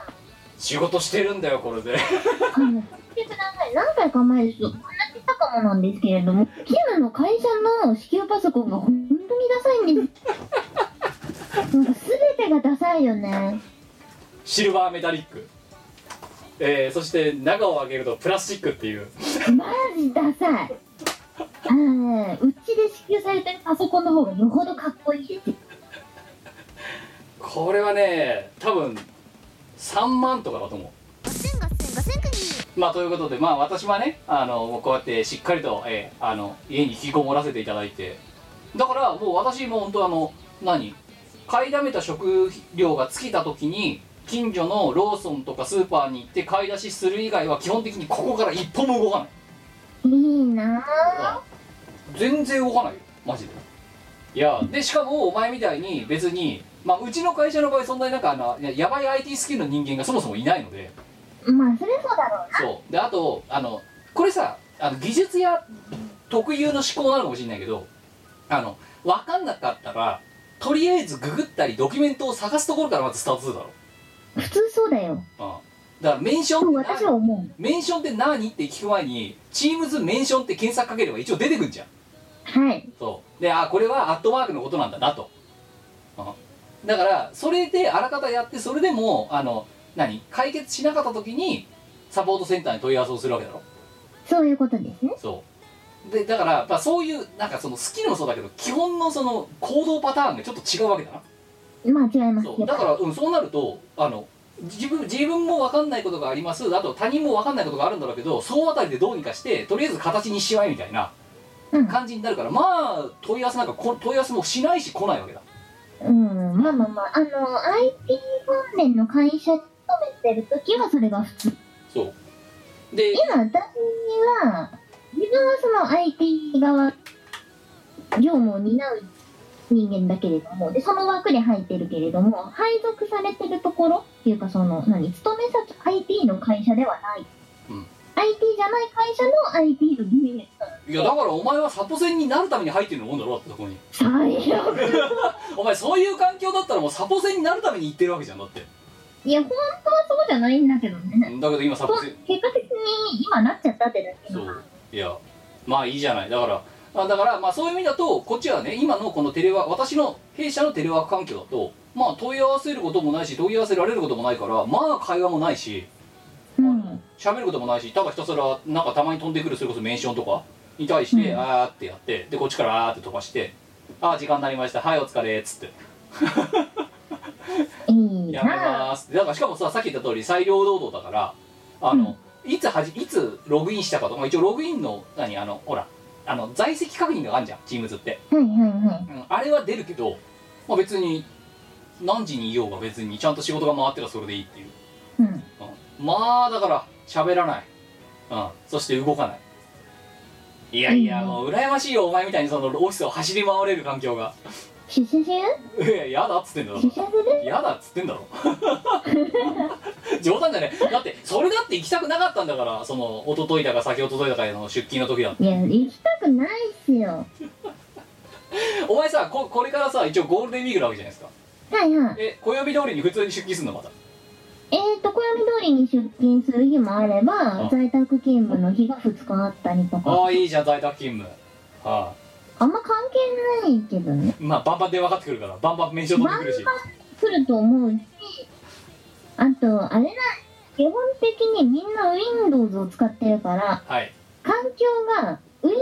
Speaker 3: 仕事してるんだよこれで
Speaker 4: あの、聞いてください。何回か前です。同じ高もなんですけれども、キムの会社の支給パソコンが本当にダサいんです。なんか全てがダサいよね。
Speaker 3: シルバーメタリック、えーそして長を上げるとプラスチックっていう
Speaker 4: マジダサい。あのね、うちで支給されてるパソコンの方がよほどかっこいいです。
Speaker 3: これはね多分3万とかだと思
Speaker 1: ガセンガセンガセンクニー
Speaker 3: うまあということでまあ私はねあのこうやってしっかりと、えーあの家に引きこもらせていただいてだからもう私も本当あの何買いだめた食料が尽きた時に近所のローソンとかスーパーに行って買い出しする以外は基本的にここから一歩も動かない
Speaker 4: いいなぁ。
Speaker 3: 全然動かないよマジでいやでしかもお前みたいに別にまあうちの会社の場合そんなになんかあのややばい IT スキルの人間がそもそもいないので
Speaker 4: まあ、それそうだろ
Speaker 3: そうであとあのこれさあの技術や特有の思考なのかもしれないけどあの分かんなかったらとりあえずググったりドキュメントを探すところからまずスタートするだろ
Speaker 4: う。普通そうだよ。
Speaker 3: うん、だからメンション
Speaker 4: でも
Speaker 3: って
Speaker 4: 私
Speaker 3: 何
Speaker 4: は思う。
Speaker 3: メンションって何って聞く前に Teams メンションって検索かければ一応出てくんじゃん
Speaker 4: はい。
Speaker 3: そうであこれはアットマークのことなんだなと、うんだからそれであらかたやってそれでもあの何解決しなかった時にサポートセンターに問い合わせをするわけだろ
Speaker 4: そういうことですね。
Speaker 3: そうでだから、まあ、そういうなんかそのスキルもそうだけど基本のその行動パターンがちょっと違うわけだな
Speaker 4: まあ、違います
Speaker 3: そう
Speaker 4: け
Speaker 3: だ
Speaker 4: ど。
Speaker 3: から、うん、そうなるとあの自分自分も分かんないことがありますあと他人も分かんないことがあるんだろうけど総当たりでどうにかしてとりあえず形にしまいみたいな
Speaker 4: うん
Speaker 3: 感じになるから、まあ問い合わせなんかこ問い合わせもしないし来ないわけだ
Speaker 4: うん、まあまあまあ、あの、IT 関連の会社に勤めてるときはそれが普通。
Speaker 3: そうで
Speaker 4: 今、私は、自分はその IT 側、業務を担う人間だけれども、で、その枠に入ってるけれども、配属されてるところっていうか、その、何、勤め先 IT の会社ではない。
Speaker 3: うん
Speaker 4: IT じゃない会社の IT のビジネス。
Speaker 3: いやだからお前は里線になるために入ってるのもんだろだってそこに
Speaker 4: 最悪
Speaker 3: お前そういう環境だったらもうサポ線になるために行ってるわけじゃんだって
Speaker 4: いや、本当はそうじゃないんだけどね。
Speaker 3: うんだけど今サポ
Speaker 4: そう
Speaker 3: 線
Speaker 4: 結果的に今なっちゃったってだけ
Speaker 3: そ
Speaker 4: ど
Speaker 3: ういやまあいいじゃないだからあだからまあそういう意味だとこっちはね今のこのテレワーク私の弊社のテレワーク環境だとまあ問い合わせることもないし問い合わせられることもないからまあ会話もないし
Speaker 4: うん。
Speaker 3: 喋ることもないしただひたすらなんかたまに飛んでくるそれこそメンションとかに対して、
Speaker 4: うん
Speaker 3: あーってやってでこっちからあーって飛ばしてあー時間になりましたはいお疲れっつって
Speaker 4: いい
Speaker 3: やめ
Speaker 4: なぁ。
Speaker 3: まーすってだからしかもささっき言った通り裁量労働だからあの、いつはじいつログインしたかとかまあ一応ログインの何あのほらあの在籍確認があるじゃん Teams って、
Speaker 4: はいはいはい。
Speaker 3: うんあれは出るけど、まあ、別に何時にいようが別にちゃんと仕事が回ってたらそれでいいっていう、
Speaker 4: うん。
Speaker 3: うんまあだから喋らない、うん、そして動かないいやいや、
Speaker 4: うん
Speaker 3: もう羨ましいよお前みたいにそのオフィスを走り回れる環境が
Speaker 4: シュシュシュ
Speaker 3: いややだっつってんだろ
Speaker 4: シュシュする
Speaker 3: 嫌だっつってんだろ冗談じゃねえだってそれだって行きたくなかったんだからその一昨日だか先一昨日だかの出勤の時だって
Speaker 4: いや、行きたくないっすよ。
Speaker 3: お前さここれからさ一応ゴールデンウィークなわけじゃないですか
Speaker 4: はいはい。
Speaker 3: え暦通りに普通に出勤すんのまた
Speaker 4: えーと、暦通りに出勤する日もあれば
Speaker 3: あ、
Speaker 4: 在宅勤務の日が2日あったりとか。
Speaker 3: ああいいじゃん在宅勤務はあ
Speaker 4: あんま関係ないけどね。
Speaker 3: まあバンバン電話かかってくるからバンバン名称飛んでくるし
Speaker 4: 来ると思うし、あと、あれな、基本的にみんな Windows を使ってるから、
Speaker 3: はい
Speaker 4: 環境が Windows 向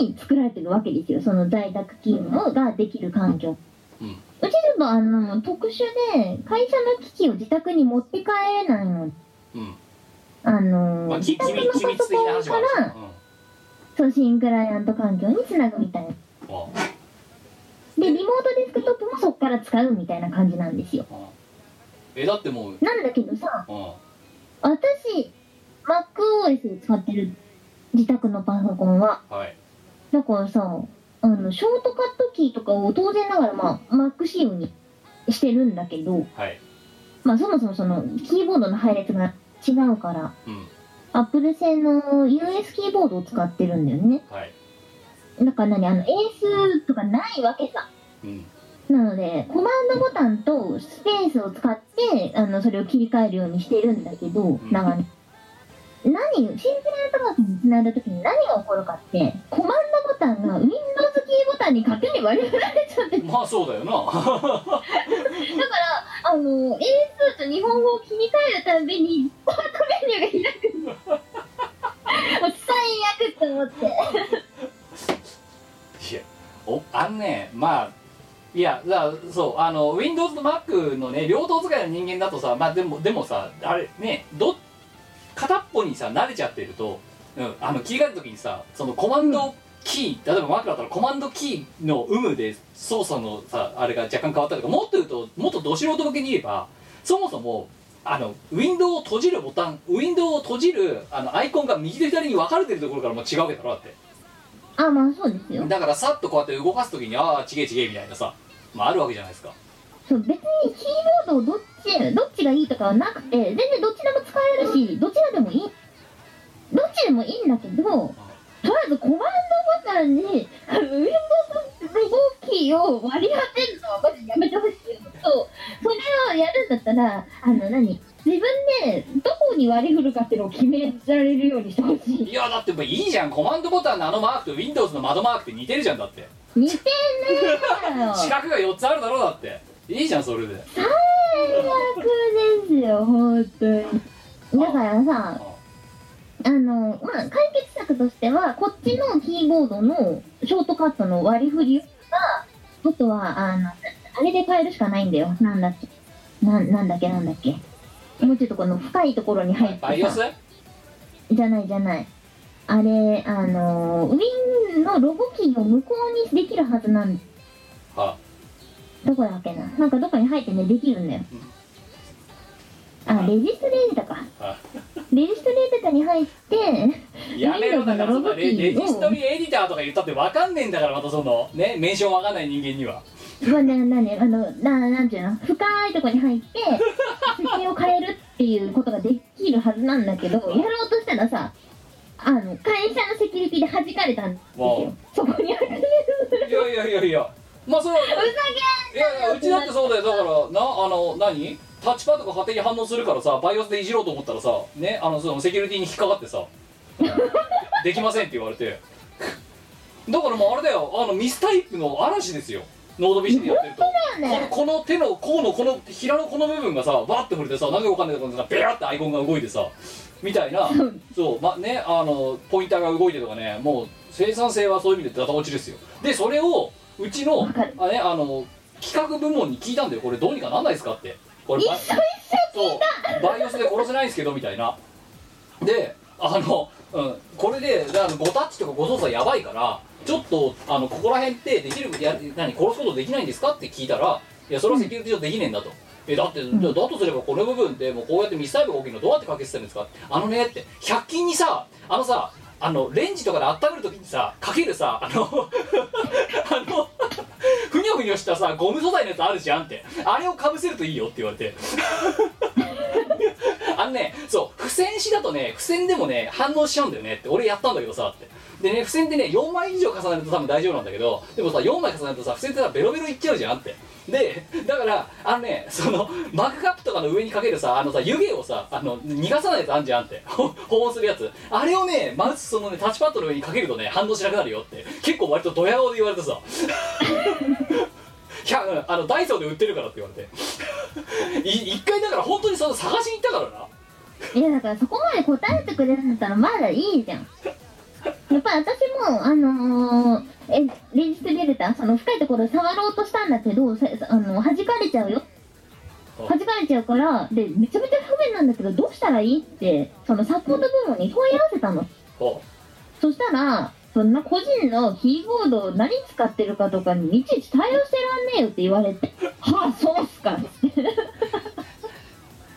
Speaker 4: けに作られてるわけですよその在宅勤務ができる環境、
Speaker 3: うん
Speaker 4: ちちょっとあの特殊で会社の機器を自宅に持って帰れないの
Speaker 3: うん
Speaker 4: あの、
Speaker 3: まあき
Speaker 4: 自
Speaker 3: 機
Speaker 4: 宅
Speaker 3: 密機
Speaker 4: のパ
Speaker 3: 密
Speaker 4: ソ
Speaker 3: 的な
Speaker 4: コン
Speaker 3: 話もあ
Speaker 4: か
Speaker 3: るし
Speaker 4: ら送信クライアント環境につなぐみたいな
Speaker 3: うんうん
Speaker 4: でリモートデスクトップもそこから使うみたいな感じなんですよ
Speaker 3: うんえだってもう、うん、
Speaker 4: なんだけどさ
Speaker 3: あ
Speaker 4: 私 MacOS を使ってる自宅のパソコンは
Speaker 3: はい
Speaker 4: だからさあのショートカットキーとかを当然ながら、まあ、Mac 仕様にしてるんだけど、
Speaker 3: はい
Speaker 4: まあ、そもそもそのキーボードの配列が違うから
Speaker 3: うん
Speaker 4: アップル製の US キーボードを使ってるんだよね
Speaker 3: はい
Speaker 4: だから何あの AS とかないわけさ
Speaker 3: うん
Speaker 4: なので、コマンドボタンとスペースを使って、あの、それを切り替えるようにしてるんだけど、
Speaker 2: ん
Speaker 4: 長年。何、シンプルなトマトに繋いだ時に何が起こるかって、コマンドボタンが Windows キーボタンに勝手に割り振られちゃってて、だか
Speaker 3: まあそうだよな
Speaker 4: ら、あの、英数と日本語を切り替えるたびに、スタートメニューが開くの。もう最悪と思って。
Speaker 3: いやおあのねまあいやだからそうあの Windows と Mac のね両方使いの人間だとさまあでもでもさあれねど片っぽにさ慣れちゃってると、うん、あの切り替えた時にさそのコマンドキー、例えば Mac だったらコマンドキーの有無で操作のさあれが若干変わったりとかもっと言うともっとど素人向けに言えばそもそもあのウィンドウを閉じるボタンウィンドウを閉じるあのアイコンが右と左に分かれてるところからもう違うわけだろだって
Speaker 4: あ、まあそうですよ。
Speaker 3: だからさっとこうやって動かすときにああちげえちげえみたいなさ、まあ、あるわけじゃないですか
Speaker 4: そう別にキーボードをどっちどっちがいいとかはなくて全然どっちでも使えるしどちらでもいいどっちでもいいんだけどとりあえずコマンドボタンにあの Windows ロゴキーを割り当てるのはマジやめてほしいのとそれをやるんだったらあの何自分でどこに割り振るかっていうのを決められるようにしてほしい
Speaker 3: いやだってやっぱいいじゃんコマンドボタンのあのマークと Windows の窓マークって似てるじゃんだって
Speaker 4: 似てねえ よ
Speaker 3: 四
Speaker 4: 最
Speaker 3: 角が4つあるだろうだっていいじゃんそれで
Speaker 4: 悪ですよ本当にだからさあの、まあ、解決策としては、こっちのキーボードのショートカットの割り振りとか、あとは、あの、あれで変えるしかないんだよ。なんだっけ。なんなんだっけ、なんだっけ。もうちょっとこの深いところに入って
Speaker 3: バイオス
Speaker 4: さ。じゃない、じゃない。あれ、あの、Win のロゴキーを無効にできるはずなん
Speaker 3: は
Speaker 4: どこだっけな。なんかどこに入ってね、できるんだよ。あ、レジストレータか。
Speaker 3: は
Speaker 4: レジストレータに入って、
Speaker 3: やめろだからそんなレ
Speaker 4: Windows の
Speaker 3: レ
Speaker 4: ロゴキーを
Speaker 3: ジストリーエディターとか言ったって分かんねえんだからまたそのねメンション分かんない人間には
Speaker 4: まあ、ななんであのななんていうの深いとこに入って設定を変えるっていうことができるはずなんだけどやろうとしたらさあの会社のセキュリティで弾かれたんです
Speaker 3: わ
Speaker 4: よそこにある
Speaker 3: いやいやいやいやまあそれは
Speaker 4: うざ
Speaker 3: いやいやうちだってそうだよだからなあの何タッチパッドが勝手に反応するからさバイオスでいじろうと思ったらさねあのそのセキュリティに引っかかってさ できませんって言われてだからもうあれだよあのミスタイプの嵐ですよノードビジョンでやってると
Speaker 4: げえだよね
Speaker 3: このこの手の甲のこの平のこの部分がさバッて振れてさ何でわかんないところにさベラッてアイコンが動いてさみたいなそうまあねあのポインターが動いてとかねもう生産性はそういう意味でダダ落ちですよでそれをうちの
Speaker 4: わかる
Speaker 3: あ、ね、あの企画部門に聞いたんだよこれどうにかなんないですかってこれ
Speaker 4: 一緒
Speaker 3: バ
Speaker 4: 一緒
Speaker 3: そうバイオスで殺せないんですけどみたいなであの、うん、これであの5タッチとか5操作やばいからちょっとあのここら辺ってできるや何殺すことできないんですかって聞いたらいやそれはセキュリティ上できねえんだと。えだってだだとすればこの部分でもうこうやってミサイルが大きいのどうやってかけてたんですかあのねって100均にさあのさあのレンジとかで温めるときにさかけるさあの あのふにょふにょしたさゴム素材のやつあるじゃんってあれをかぶせるといいよって言われて あのねそう付箋紙だとね付箋でもね反応しちゃうんだよねって俺やったんだけどさってでね付箋ってね4枚以上重ねると多分大丈夫なんだけどでもさ4枚重ねるとさ付箋ってさベロベロいっちゃうじゃんってでだからあのねそのマグカップとかの上にかけるさあのさ湯気をさあの逃がさないやつあんじゃんってほ保温するやつあれをねマウスそのねタッチパッドの上にかけるとね反応しなくなるよって結構割とドヤ顔で言われてさ いやうんあのダイソーで売ってるからって言われてい一回だから本当にその探しに行ったからない
Speaker 4: やだからそこまで答えてくれるんだったらまだいいじゃんやっぱ私もあのー、えレジストレーターその深いところ触ろうとしたんだけどさあの弾かれちゃうよ
Speaker 3: あ
Speaker 4: 弾かれちゃうからでめちゃめちゃ不便なんだけどどうしたらいいってそのサポート部門に問い合わせたの
Speaker 3: ほ
Speaker 4: そしたらそんな個人のキーボードを何使ってるかとかにいちいち対応してらんねえよって言われて「はあそうっすか」って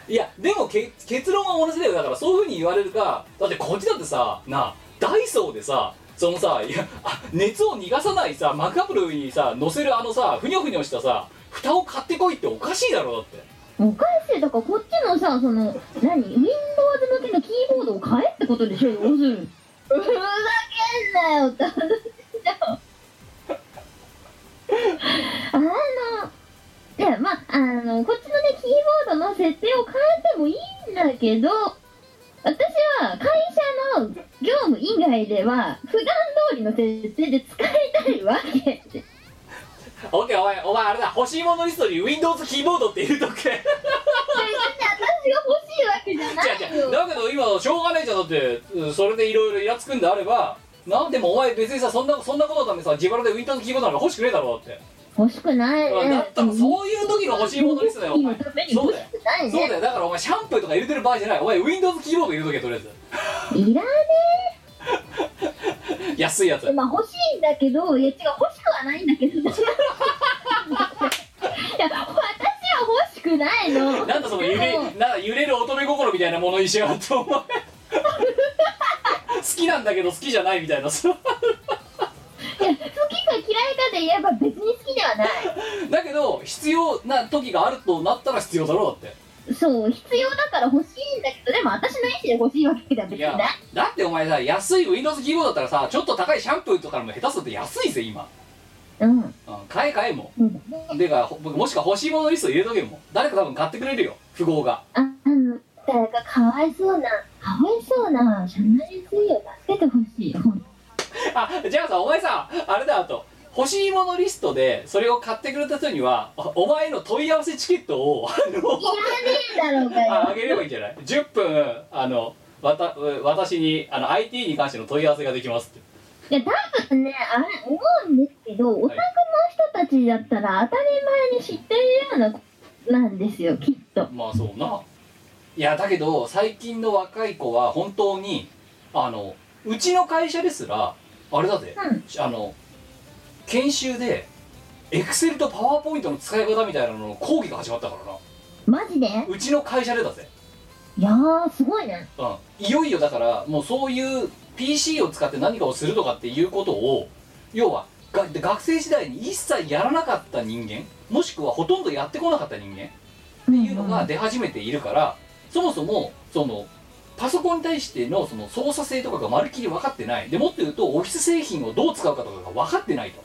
Speaker 3: ういやでもけ結論は同じだよだからそういうふうに言われるかだってこっちだってさなあダイソーでさそのさいやあ熱を逃がさないさマグカップの上にさ乗せるあのさふにょふにょしたさ蓋を買ってこいっておかしいだろだって
Speaker 4: おかしいだからこっちのさその何 Windows 向けのキーボードを買えってことでしょ要するにふざけんなよって話じゃんあのでまああのこっちのねキーボードの設定を変えてもいいんだけど私は会社の業務以外では普段通りの設定で使いたい わけ
Speaker 3: オッケーお前お前あれだ欲しいものリストに Windows キーボードって入れとけ
Speaker 4: 私が欲しいわけじゃない
Speaker 3: 違う違う
Speaker 4: よ
Speaker 3: だけど今しょうがないじゃんだってうんそれでいろいろイラつくんであればなんでもお前別にさそんなそんなことのためにさ自腹で Windows キーボードなんか欲しくねえだろだって
Speaker 4: 欲しくないね
Speaker 3: だったらそういう時の欲しいものリストだよお前
Speaker 4: のために
Speaker 3: そう
Speaker 4: 欲
Speaker 3: だ
Speaker 4: し
Speaker 3: よ
Speaker 4: くない
Speaker 3: そう
Speaker 4: ね
Speaker 3: だよだからお前シャンプーとか入れてる場合じゃないお前 Windows キーボード入れとけとりあ
Speaker 4: いら
Speaker 3: え
Speaker 4: ね
Speaker 3: ず 安いやつ
Speaker 4: えまあ欲しいんだけどいや違う欲しくはないんだけど いや私は欲しくないの
Speaker 3: なんだその揺れ
Speaker 4: でも
Speaker 3: なんか揺れる乙女心みたいなものにしやがってお前 好きなんだけど好きじゃないみたいなそう
Speaker 4: いや好きか嫌いかで言えば別に好きではない
Speaker 3: だけど必要な時があるとなったら必要だろうだっ
Speaker 4: そう必要だから欲しいんだけどでも私の意思で欲しいわけでは
Speaker 3: て
Speaker 4: 別
Speaker 3: い
Speaker 4: にな
Speaker 3: や
Speaker 4: い
Speaker 3: だってお前さ安い Windows キーボードだったらさちょっと高いシャンプーとかも下手すると安いぜ今、
Speaker 4: うん
Speaker 3: うん、買え買えも
Speaker 4: うん
Speaker 3: んでかほもしくは欲しいものリスト入れとけもん誰か多分買ってくれるよ富豪が
Speaker 4: ああの誰かかわいそうなかわいそうな社内水を助けてほしいほん
Speaker 3: あじゃあさお前さあれだあと欲しいものリストでそれを買ってくれた人にはおお前の問い合わせチケットをあの
Speaker 4: いらねえだろうが
Speaker 3: あ
Speaker 4: よ
Speaker 3: あげればいいんじゃない10分あのわた私にあの IT に関しての問い合わせができますって
Speaker 4: いや多分ねあれ思うんですけどオタクの人たちだったら当たり前に知ってるような子なんですよきっと
Speaker 3: まあそうないやだけど最近の若い子は本当にあのうちの会社ですらあれだぜ、
Speaker 4: うん
Speaker 3: あの研修でエクセルとパワーポイントの使い方みたいなのの講義が始まったからな
Speaker 4: マジで
Speaker 3: うちの会社でだぜ
Speaker 4: いやーすごいね
Speaker 3: うん、いよいよだからもうそういう PC を使って何かをするとかっていうことを要はが学生時代に一切やらなかった人間もしくはほとんどやってこなかった人間っていうのが出始めているから、そもそもそのパソコンに対してのその操作性とかがまるっきり分かってないでもっと言うとオフィス製品をどう使うかとかが分かってないと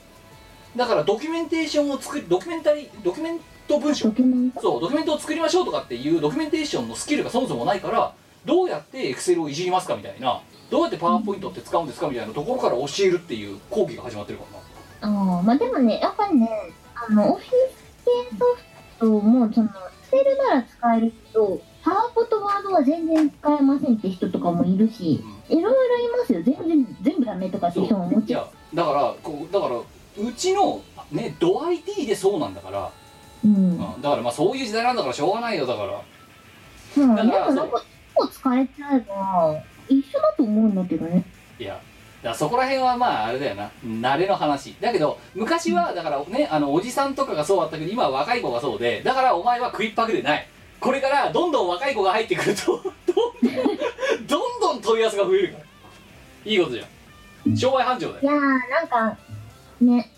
Speaker 3: だからドキュメンテーションを作るドキュメンタリードキュメント文章
Speaker 4: ドキュメント
Speaker 3: そうドキュメントを作りましょうとかっていうドキュメンテーションのスキルがそもそもないからどうやってエクセルをいじりますかみたいなどうやってパワーポイントって使うんですかみたいなところから教えるっていう講義が始まってるからな
Speaker 4: あーまあでもねやっぱりねあのオフィス系ソフトもそのスペルなら使えるけどパワポとワードは全然使えませんって人とかもいるしいろいろいますよ全然全部ダメとかって人もも
Speaker 3: い
Speaker 4: ちろん
Speaker 3: やだからこうだからうちのねド IT でそうなんだから、
Speaker 4: うん
Speaker 3: うんだからまあそういう時代なんだからしょうがないよだから
Speaker 4: うん、で
Speaker 3: だ
Speaker 4: も
Speaker 3: から
Speaker 4: なんか一個使えちゃえば一緒だと思うんだけどね
Speaker 3: いやだからそこら辺はまああれだよな慣れの話だけど昔はだからねあのおじさんとかがそうだったけど今は若い子がそうでだからお前は食いっぱぐでないこれからどんどん若い子が入ってくると どんどんどんどん問い合わせが増えるからいいことじゃん商売繁盛だ
Speaker 4: い
Speaker 3: よ
Speaker 4: やーなんかね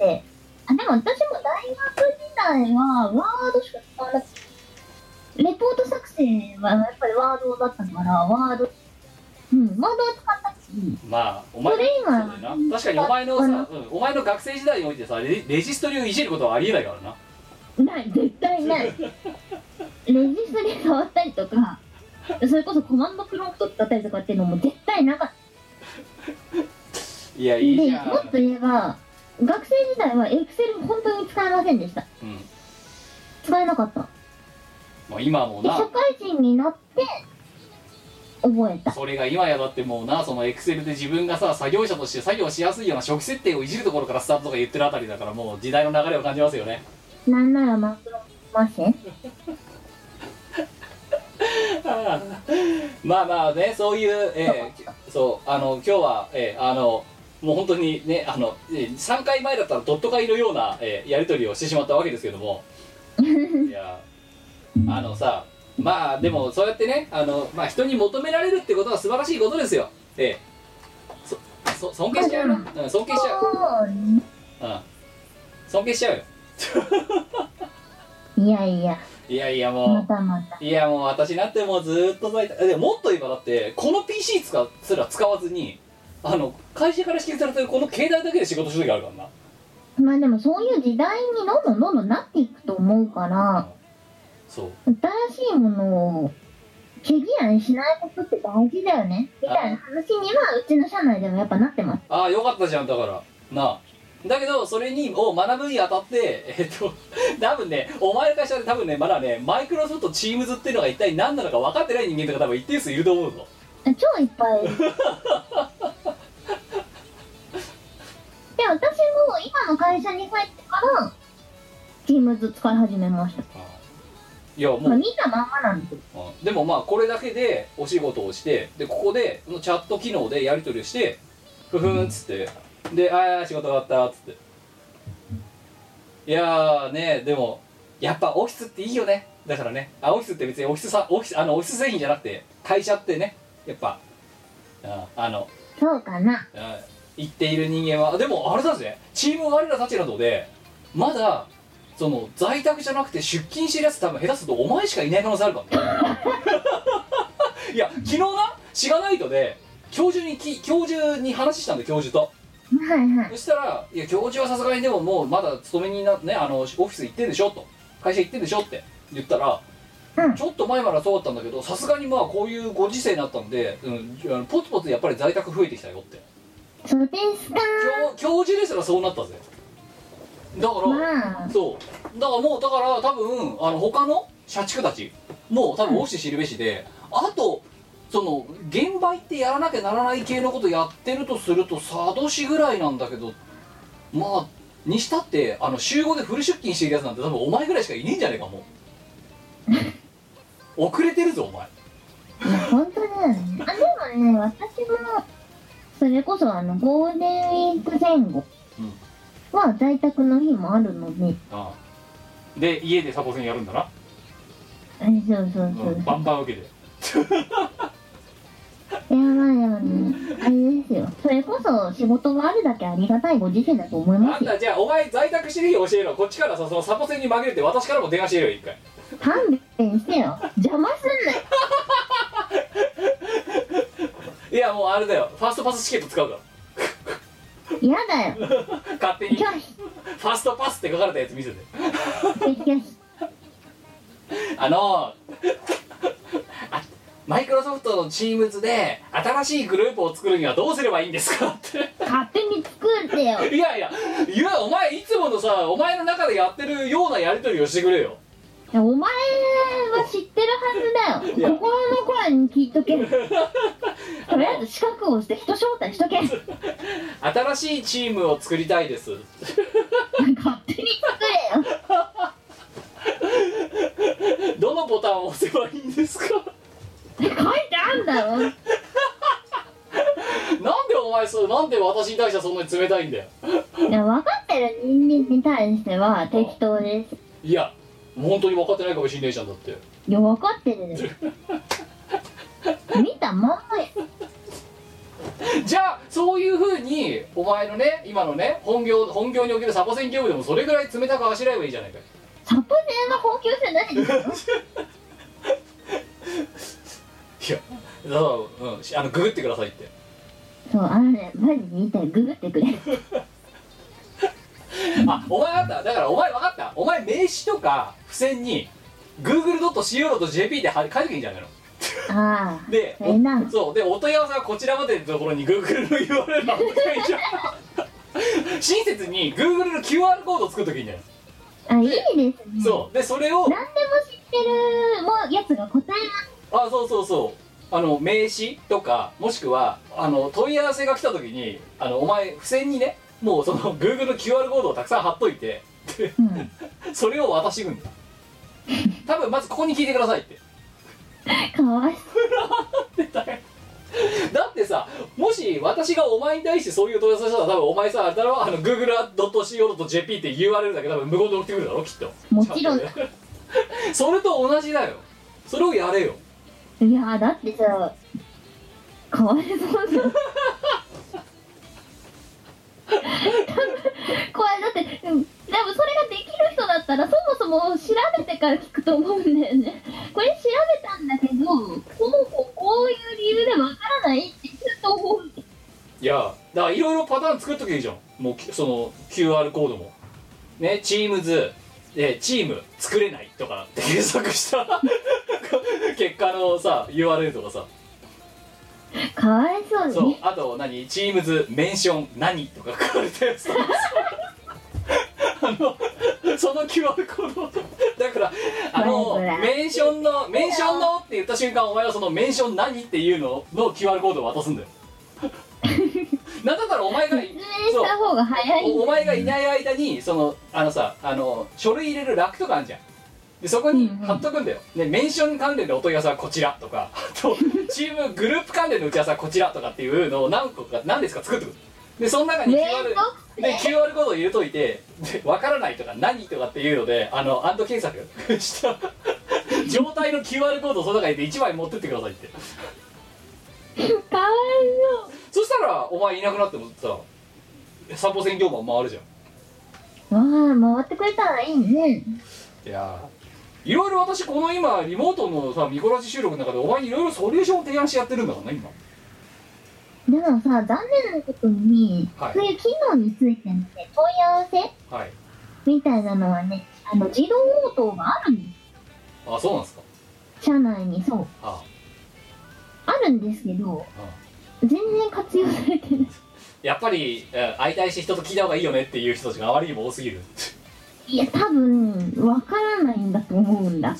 Speaker 4: であでも私も大学時代はワードしか使わなくてレポート作成はやっぱりワードだったからワードうんワードは使ったし
Speaker 3: まあお前
Speaker 4: それ今
Speaker 3: そうだよな確かにお前のさ、うんお前の学生時代においてさレレジストリをいじることはありえないからな
Speaker 4: ない絶対ないレジストに触ったりとかそれこそコマンドプロンプト使ったりとかっていうのも絶対なかった
Speaker 3: いやいい
Speaker 4: で
Speaker 3: じ
Speaker 4: も
Speaker 3: ゃ
Speaker 4: っ
Speaker 3: ん
Speaker 4: と、言えば学生時代はエクセル本当に使えませんでした
Speaker 3: うん
Speaker 4: 使えなかった
Speaker 3: まあ、今も
Speaker 4: で
Speaker 3: な
Speaker 4: 社会人になって覚えた
Speaker 3: それが今やだってもうなそのエクセルで自分がさ作業者として作業しやすいような初期設定をいじるところからスタートとか言ってるあたりだからもう時代の流れを感じますよね
Speaker 4: なんならマクロマシン
Speaker 3: まあまあねそういう、えーそうあの今日は、えーあのもう本当にねあのえー3回前だったらドット会のような、えーやり取りをしてしまったわけですけど もいやあのさまあでもそうやってねあの、まあ、人に求められるってことは素晴らしいことですよええそそ尊敬しちゃうな、うん、尊敬しちゃううん尊敬しちゃうよ
Speaker 4: いやいや
Speaker 3: いやいや
Speaker 4: ま
Speaker 3: も
Speaker 4: たまた
Speaker 3: ういやもう私なんてもうずーっと在宅でもっと言えばだってこの PC 使うすら使わずにあの会社から支給されてるこの携帯だけで仕事してる時あるからな
Speaker 4: まあでもそういう時代にどんどんどんどんなっていくと思うから
Speaker 3: そう
Speaker 4: 新しいものを毛嫌いしないことって大事だよねみたいな話にはうちの社内でもやっぱなってます
Speaker 3: ああよかったじゃんだからなあだけどそれにを学ぶにあたってえっと 多分ねお前の会社で多分ねまだねマイクロソフトチームズっていうのが一体何なのか分かってない人間とか多分一定数いると思うぞ
Speaker 4: 超いっぱいいるで私も今の会社に入ってから Teams 使い始めました、
Speaker 3: いやもう
Speaker 4: まあ、見たまんまなんですよ
Speaker 3: うんでもまあこれだけでお仕事をしてでここでこのチャット機能でやり取りをしてふふんっつってで「ああ仕事終わった」っつっていやーねでもやっぱオフィスっていいよねだからねあオフィスって別にオフィスさオフィスあのオフィス製品じゃなくて会社ってねやっぱうんあの
Speaker 4: そうかな
Speaker 3: うん言っている人間はでもあれだぜチーム我らたちなどでまだその在宅じゃなくて出勤してるやつ多分下手するとお前しかいない可能性あるからねいや昨日なしがないとで教授にき教授に話したんだ教授と
Speaker 4: はいはい
Speaker 3: そしたら「いや教授はさすがにでももうまだ勤めになねあのオフィス行ってんでしょ」と「会社行ってんでしょ」って言ったら
Speaker 4: うん
Speaker 3: ちょっと前まではそうだったんだけどさすがにまあこういうご時世になったんで、うん、あのポツポツやっぱり在宅増えてきたよって
Speaker 4: そうですか
Speaker 3: 教教授ですらそうなったぜだから、
Speaker 4: まあ
Speaker 3: そうだからもうだから多分あの他の社畜たちもう多分オフィス知るべしで、あとその現場行ってやらなきゃならない系のことやってるとすると佐渡市ぐらいなんだけどまあにしたってあの週5でフル出勤してるやつなんて多分お前ぐらいしかいねえんじゃねえか もう遅れてるぞお前
Speaker 4: いや本当だよねあでもね私もそれこそあのゴールデンウィーク前後
Speaker 3: うん
Speaker 4: は在宅の日もあるので
Speaker 3: ああで家でサボテンやるんだな、
Speaker 4: あそうそう
Speaker 3: う
Speaker 4: そう、
Speaker 3: ん、バンバン受けて
Speaker 4: いやばいよね。あれですよ。それこそ仕事があるだけありがたいご時世だと思いま
Speaker 3: あ
Speaker 4: す
Speaker 3: ん
Speaker 4: よ。
Speaker 3: たじゃあお前在宅してる日教えろこっちからさそのサボテンに紛れて私からも電話してるよ一回
Speaker 4: 勘弁してよ。邪魔すんなよ。
Speaker 3: いやもうあれだよファーストパスチケット使うか
Speaker 4: 嫌だよ。
Speaker 3: ら勝手に
Speaker 4: 拒
Speaker 3: フ
Speaker 4: 否。
Speaker 3: ァーストパスって書かれたやつ見せて
Speaker 4: 拒否。
Speaker 3: あのーあマイクロソフトの Teams で新しいグループを作るにはどうすればいいんですかっ
Speaker 4: 勝手に作ってよ。
Speaker 3: ていやいやいやお前いつものさお前の中でやってるようなやり取りをしてくれよ
Speaker 4: お前は知ってるはずだよ。心の声に聞いとけ。とりあえず資格をして人招待しとけ。勝
Speaker 3: 新しいチームを作りたいです
Speaker 4: 手に作れよ。
Speaker 3: どのボタンを押せばいいんですか
Speaker 4: って書いてあんだろ。
Speaker 3: なんでお前そうなんで私に対してそんなに冷たいんだよ
Speaker 4: いや分かってる人間に対しては適当です。
Speaker 3: いや本当に分かってないかもしんねえじゃんだって
Speaker 4: いや分かってるよ見たまんまや
Speaker 3: じゃあそういうふうにお前のね今のね本業本業におけるサボセン業務でもそれぐらい冷たくあしらえばいいじゃないか
Speaker 4: サポゼンは高級じゃないですよ
Speaker 3: いやだから、うんし、あのググってくださいって
Speaker 4: そうあのねマジで言いたいググってくれ
Speaker 3: あお前分かっただからお前分かったお前名刺とか付箋に google.co.jp では書いときゃいいんじゃないの
Speaker 4: ああ
Speaker 3: で
Speaker 4: それな
Speaker 3: おそうでお問い合わせはこちらまでってところに Google の URL 貼ってくれじゃん親切に Google の QR コードを作るときいいんじゃない
Speaker 4: あいいですね
Speaker 3: そうでそれを
Speaker 4: 何でも知ってるもうやつが答えます
Speaker 3: あそうそうそうあの名刺とかもしくはあの問い合わせが来た時にあのお前付箋にねもうその Google の QR コードをたくさん貼っといて
Speaker 4: うん
Speaker 3: それを渡していくんだ多分まずここに聞いてくださいって
Speaker 4: かわいそう
Speaker 3: だってさもし私がお前に対してそういう問い合わせしたら多分お前さあれだろあの Google.co.jp って URL だけ多分無言で送ってくるだろきっと
Speaker 4: もちろん
Speaker 3: それと同じだよそれをやれよ
Speaker 4: いやーだってさ かわいそうじゃんこれだってうんでもそれができる人だったらそもそも調べてから聞くと思うんだよねこれ調べたんだけどこうこうこういう理由でわからないって言うと思う
Speaker 3: いやだからいろろいろパターン作っとけばいいじゃんもうきその QR コードもねチームズでチーム作れないとかって検索した 結果のさ URL とかさ
Speaker 4: かわいそう
Speaker 3: そう
Speaker 4: ね
Speaker 3: あと何チームズメンション何とか書か れてさあのその QR コードだからあの
Speaker 4: 何それ
Speaker 3: メンションのメンションのって言った瞬間お前はそのメンション何っていうのの QR コードを渡すんだよ なんだったらお前が
Speaker 4: 説明した方が早い
Speaker 3: おお前がいない間にそのあのさあの書類入れるラックとかあるじゃんでそこに
Speaker 4: うんうん
Speaker 3: 貼っとくんだよ、ねメンション関連のお問い合わせはこちらとかあ とチームグループ関連の打ち合わせはこちらとかっていうのを何個か何ですか作ってくるでその中に QR,
Speaker 4: 面倒くせえ
Speaker 3: で QR コードを入れといてでわからないとか何とかっていうのであのアンド検索 した状態の QR コードをその中に1枚持ってってくださいって
Speaker 4: かわいそ
Speaker 3: そしたらお前いなくなってもさ散歩専業マン回るじゃん
Speaker 4: うわあ回ってくれたらいいね
Speaker 3: いやーいろいろ私この今リモートのさミコラジ収録の中でお前にいろいろソリューションを提案してやってるんだからね今
Speaker 4: でもさ残念なことに、
Speaker 3: はい
Speaker 4: そういう機能についてのね問い合わせ
Speaker 3: はい
Speaker 4: みたいなのはねあの自動応答があるんで
Speaker 3: あそうなんですか
Speaker 4: す社内にそう
Speaker 3: あ
Speaker 4: あるんですけど
Speaker 3: あ、うん
Speaker 4: 全然活用されてない
Speaker 3: やっぱり、うん相対して人と聞いた方がいいよねっていう人たちがあまりにも多すぎる
Speaker 4: いや多分わからないんだと思うんだ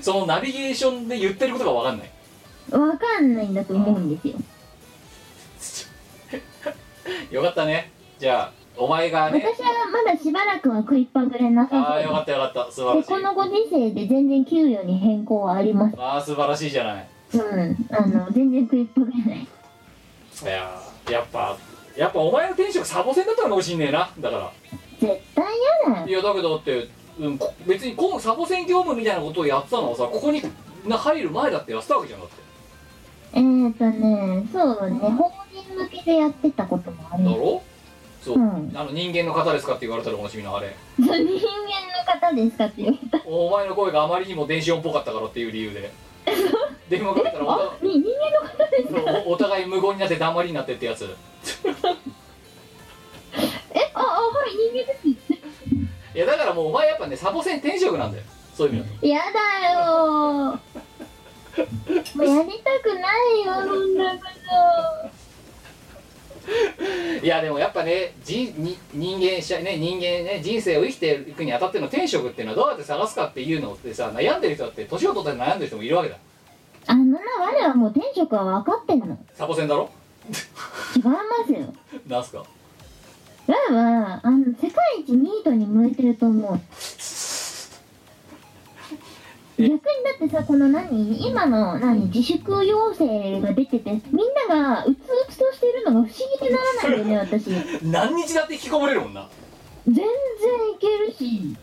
Speaker 3: そのナビゲーションで言ってることが分かんない
Speaker 4: わかんないんだと思うんですよ
Speaker 3: よかったねじゃあお前がね
Speaker 4: 私はまだしばらくは食いっぱぐれな
Speaker 3: あ
Speaker 4: さ
Speaker 3: あよ
Speaker 4: そ
Speaker 3: か
Speaker 4: う
Speaker 3: ったよかった素晴
Speaker 4: で
Speaker 3: らしい
Speaker 4: このご時世で全然給与に変更はありません
Speaker 3: ああ素晴らしいじゃない
Speaker 4: うんあの全然食いっぱぐれない
Speaker 3: いやーやっぱやっぱお前の転職サボせんだったのかもしんねえなだから
Speaker 4: 絶対嫌だよ
Speaker 3: いやだけどだって、うん、こ別にこうサボせん業務みたいなことをやってたのはさここにな入る前だってやってたわけじゃんだって
Speaker 4: えーとねそうね法人向けでやってたこともあり
Speaker 3: だ
Speaker 4: ます
Speaker 3: ろそう、
Speaker 4: うん
Speaker 3: あの人間の方ですかって言われたらおなじみのあれ
Speaker 4: 人間の方ですかって言われた
Speaker 3: お前の声があまりにも電子音っぽかったからっていう理由で 電話かけたらお
Speaker 4: あに人間の方ですか
Speaker 3: たおお互い無言になって黙りになってってやつ
Speaker 4: えああはい人間です
Speaker 3: いやだからもうお前やっぱねサボせん転職なんだよそういう意味だと
Speaker 4: やだよ ーもうやりたくないよそんなこ
Speaker 3: いやでもやっぱね人に人間しゃね人間ね人生を生きていくにあたっての転職っていうのはどうやって探すかっていうのってさ悩んでる人だって年を取って悩んでる人もいるわけだ
Speaker 4: とあのな我はもう転職は分かってんの
Speaker 3: サボせんだろ
Speaker 4: 違いますよ
Speaker 3: なんすか
Speaker 4: 我はあの世界一ニートに向いてると思う
Speaker 3: え
Speaker 4: 逆にだってさこの何今の何自粛要請が出ててみんながうつうつとしてるのが不思議でならないよね私
Speaker 3: 何日だって引きこもれるもんな
Speaker 4: 全然いけるし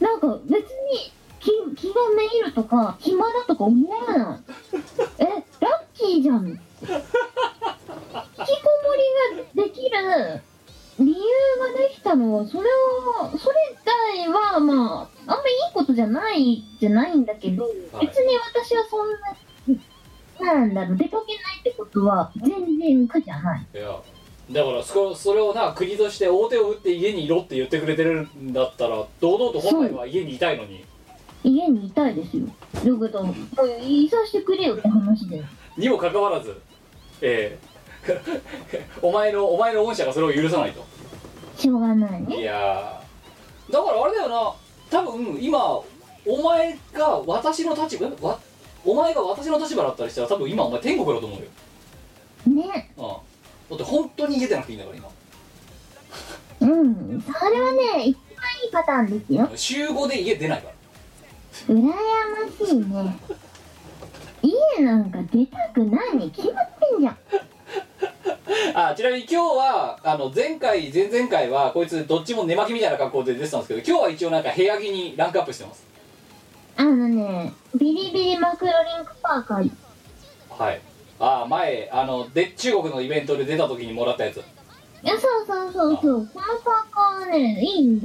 Speaker 4: なんか別に気気がめいるとか暇だとか思わないえラッキーじゃん引きこもりができる理由ができたのはそれはそれ自体はまああんまりいいことじゃないじゃないんだけど、
Speaker 3: はい
Speaker 4: 別に私はそんなになんだろう出かけないってことは全然苦じゃない
Speaker 3: いやだからそそれをな国として大手を打って家にいろって言ってくれてるんだったら堂々と本来は家にいたいのに
Speaker 4: 家にいたいですよだけどもういさしてくれよって話で
Speaker 3: にもかかわらずええ お前のお前の御社がそれを許さないと
Speaker 4: しょうがないね
Speaker 3: いやーだからあれだよな多分今お前が私の立場えわお前が私の立場だったりしたら多分今お前天国だと思うよ、
Speaker 4: ね
Speaker 3: うん、だって本当に家出なくていいんだから今
Speaker 4: うんそれはね一番いいパターンですよ
Speaker 3: 週5で家出ないから
Speaker 4: 羨ましいね家なんか出たくないに決まってんじゃん
Speaker 3: あちなみに今日はあの前回前々回はこいつどっちも寝巻きみたいな格好で出てたんですけど今日は一応なんか部屋着にランクアップしてます
Speaker 4: あのねビリビリマクロリンクパーカー
Speaker 3: はいあ前あので中国のイベントで出た時にもらったやつ
Speaker 4: いやそうそうそうそうこのパーカーはねいい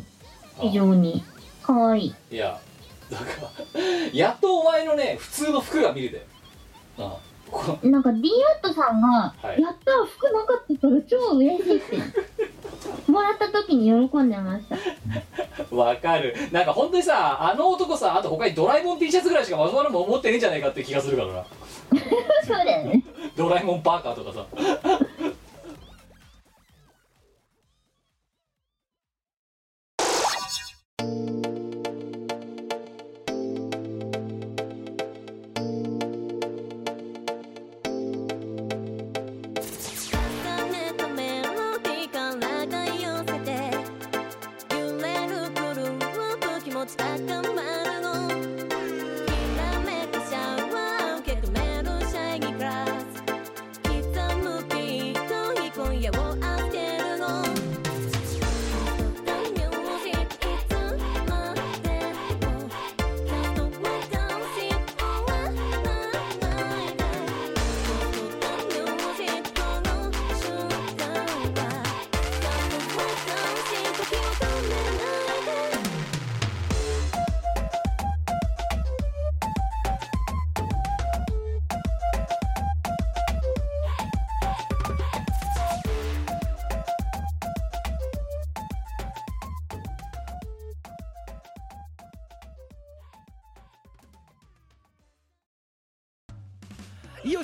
Speaker 4: 非常にかわいい
Speaker 3: いやだからやっとお前のね普通の服が見れたよあこ
Speaker 4: なんか D アットさんが「
Speaker 3: はい
Speaker 4: やったー服なかったから超嬉しい」ってもらった時に喜んでました
Speaker 3: わかるなんか本当にさあの男さあと他にドラえもん T シャツぐらいしかまともなもん持ってねえんじゃないかって気がするからな
Speaker 4: そうだよね
Speaker 3: ドラえもんパーカーとかさ
Speaker 5: ねたメロディーからが寄せて揺れるくるープ気持ち高まるのきらめくシャワー受け止めるシャイニーグラス刻むビートに今夜を預けるの The music いつまでも Can't wait to see it all night この瞬間は「誰もが時を止めないで」
Speaker 6: イオ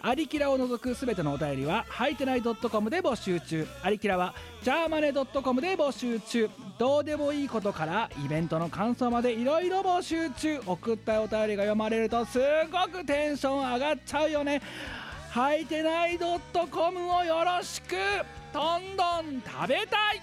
Speaker 6: アリキラを除くすべてのお便りは、はいてない .com で募集中。アリキラは、ジャーマネ .com で募集中。どうでもいいことから、イベントの感想までいろいろ募集中。送ったお便りが読まれると、すごくテンション上がっちゃうよね。はいてない .com をよろしくどんどん食べたい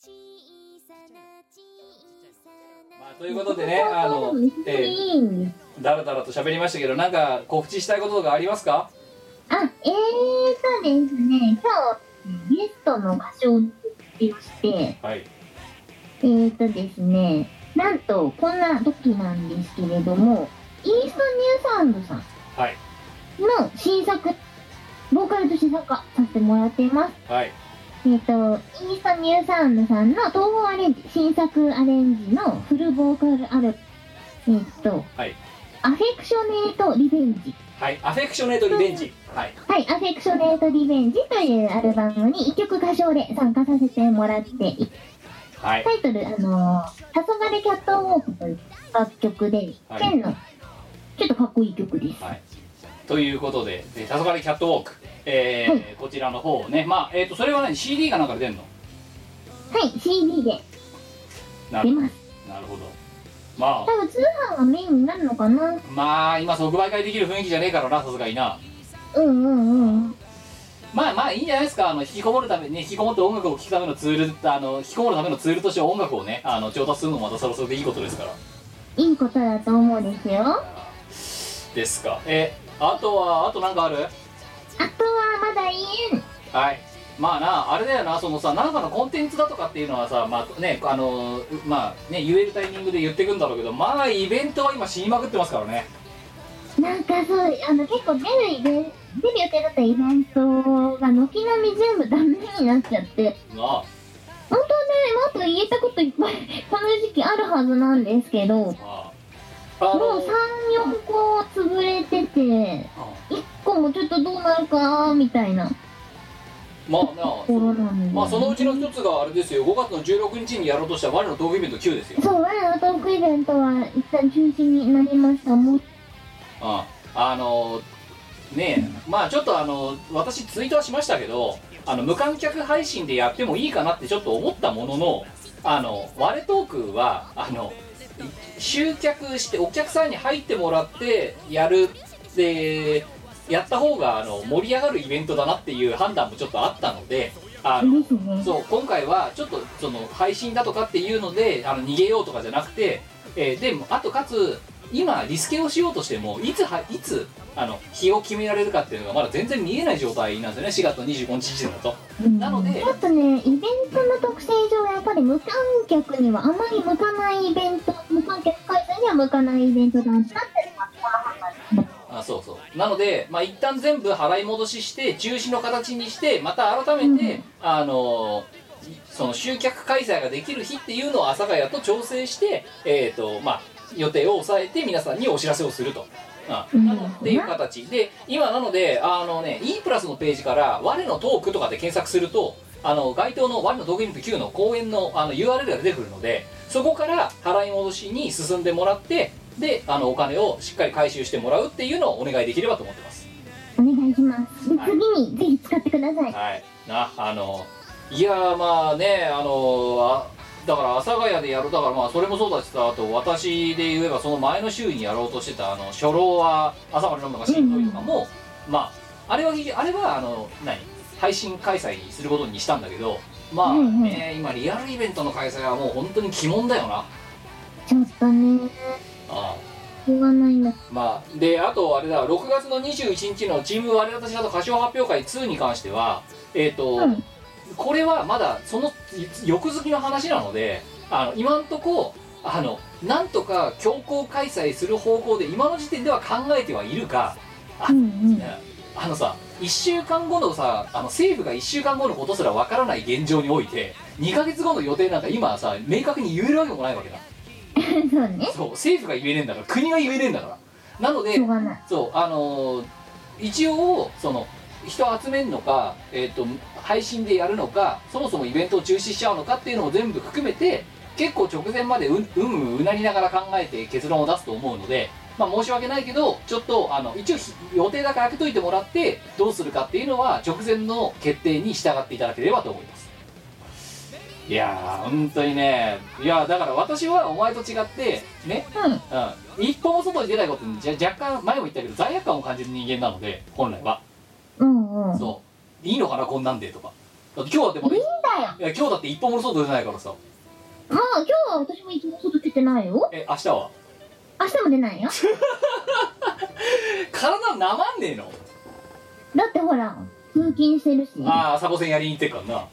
Speaker 5: 小さな小さな
Speaker 3: まあということでねあの
Speaker 4: めっちゃい
Speaker 3: え
Speaker 4: いんです
Speaker 3: ーだらだらと喋りましたけどなんか告知したいこととかありますか
Speaker 4: あえーそうですね今日ゲストの歌唱をしてまして
Speaker 3: はい
Speaker 4: えーとですねなんとこんな時なんですけれどもイーストニューサウンドさん
Speaker 3: はい
Speaker 4: の新作ボーカルとして参加させてもらっています
Speaker 3: はい
Speaker 4: えっ、とイーストニューサウンドさんの東宝アレンジ新作アレンジのフルボーカルアルバムえっ、と、
Speaker 3: はい
Speaker 4: アフェクショネートリベンジ
Speaker 3: はいアフェクショネートリベンジはい
Speaker 4: はい、アフェクショネートリベンジというアルバムに1曲歌唱で参加させてもらってい
Speaker 3: はい
Speaker 4: タイトル、あのー、黄昏キャットウォークという楽曲で、
Speaker 3: はい
Speaker 4: 剣の、ちょっとかっこいい曲です。
Speaker 3: はい、ということで「で黄昏キャットウォーク」えー
Speaker 4: はい
Speaker 3: こちらの方をねまあえっ、とそれはね CD がなんかで出るの
Speaker 4: はい、CD で
Speaker 3: な
Speaker 4: 出
Speaker 3: る
Speaker 4: ます。
Speaker 3: なるほどまあ
Speaker 4: 多分通販がメインになるのかな
Speaker 3: まあ今即売会できる雰囲気じゃねえからなさすがにな
Speaker 4: うんうんうん。
Speaker 3: まあまあいいんじゃないですかあの引きこもるために引きこもって音楽を聴くためのツールあの引きこもるためのツールとして音楽をねあの調達するのもまたそろそろでいいことですから
Speaker 4: いいことだと思うんですよ。あ
Speaker 3: ですかえあとはあとなんかある
Speaker 4: とはまだ言えん。
Speaker 3: はいまあなあれだよなそのさ何かのコンテンツだとかっていうのはさまあねあのまあね言えるタイミングで言ってくんだろうけどまあイベントは今死にまくってますからね
Speaker 4: なんかそう、あの、結構出るイベント、出る予定だったイベントが軒並み全部ダメになっちゃって、
Speaker 3: な
Speaker 4: 本当はね、もっと言えたこといっぱい、この時期あるはずなんですけど、もう
Speaker 3: あまああ
Speaker 4: 3
Speaker 3: の、
Speaker 4: 4個潰れてて、1個もちょっとどうなるか、みたいなと
Speaker 3: まあ
Speaker 4: ころ
Speaker 3: な
Speaker 4: なんで。
Speaker 3: まあそのうちの一つがあれですよ5月の16日にやろうとした我のトークイベント9ですよ
Speaker 4: そう、我のトークイベントは一旦中止になりました。もう、
Speaker 3: うんあのねえまあちょっとあの私ツイートはしましたけどあの無観客配信でやってもいいかなってちょっと思ったもののあの割れトークはあの集客してお客さんに入ってもらってやるでやった方があの盛り上がるイベントだなっていう判断もちょっとあったのであの
Speaker 4: ですね
Speaker 3: そう今回はちょっとその配信だとかっていうのであの逃げようとかじゃなくて、えーであとかつ今リスケをしようとしてもいつはいつあの日を決められるかっていうのがまだ全然見えない状態なんですよね4月25日時点だと
Speaker 4: うん
Speaker 3: なので
Speaker 4: ちょっとねイベントの特性上やっぱり無観客にはあまり向かないイベント無観客開催には向かないイベントだなっていうのは
Speaker 3: あそうそうなので、まあ、一旦全部払い戻しして中止の形にしてまた改めて、
Speaker 4: うん
Speaker 3: あのいその集客開催ができる日っていうのを阿佐ヶ谷と調整して、えーとまあ、予定を抑えて皆さんにお知らせをすると。う
Speaker 4: うん
Speaker 3: ん、なのっていう形で今なのであのね E プラスのページから「我のトーク」とかで検索するとあの該当の「我のトークインプ9」の公演のあの URL が出てくるのでそこから払い戻しに進んでもらってであのお金をしっかり回収してもらうっていうのをお願いできればと思ってます
Speaker 4: お願いしますで
Speaker 3: はい
Speaker 4: 次にぜひ使ってください
Speaker 3: はいなあのいやーまあねあのあだから阿佐ヶ谷でやるだからまあそれもそうだしさあと私で言えばその前の週にやろうとしてたあの初老は朝まで飲むのがしんどいとかも、まああれはあれはあの何配信開催することにしたんだけどまあ
Speaker 4: うんうん
Speaker 3: ね、今リアルイベントの開催はもう本当に鬼門だよなあ
Speaker 4: ちょっとね
Speaker 3: あ
Speaker 4: 言わないんだ
Speaker 3: まあ、であとあれだ6月の21日のチーム我々たちだと歌唱発表会2に関してはえっ、と、
Speaker 4: うん
Speaker 3: これはまだその欲好きの話なのであの今んとこあのなんとか強行開催する方向で今の時点では考えてはいるが
Speaker 4: うんうん
Speaker 3: あのさ1週間後のさあの政府が1週間後のことすらわからない現状において2ヶ月後の予定なんか今さ明確に言えるわけもないわけだ
Speaker 4: そうね
Speaker 3: そう政府が言えねえんだから国が言えねえんだからなので
Speaker 4: しょうがない
Speaker 3: そうあのー一応その人集めるのか、えー、と配信でやるのかそもそもイベントを中止しちゃうのかっていうのを全部含めて結構直前までうんうんうなりながら考えて結論を出すと思うので、まあ、申し訳ないけどちょっとあの一応ひ予定だけ開けといてもらってどうするかっていうのは直前の決定に従っていただければと思います。いやー本当にねいやーだから私はお前と違ってね
Speaker 4: うん
Speaker 3: うん、一歩も外に出ないことにじゃ若干前も言ったけど罪悪感を感じる人間なので本来は、
Speaker 4: うんうん
Speaker 3: そういいのかなこんなんでとかだって今日だってまだ
Speaker 4: いい
Speaker 3: い
Speaker 4: んだよ
Speaker 3: や今日だって一歩も外出てないからさ
Speaker 4: まあ今日は私もいつも外出てないよ
Speaker 3: え明日は
Speaker 4: 明日も出ないよ
Speaker 3: 体なまんねえの
Speaker 4: だってほら通勤してるし
Speaker 3: ああサボ線やりに行ってっからな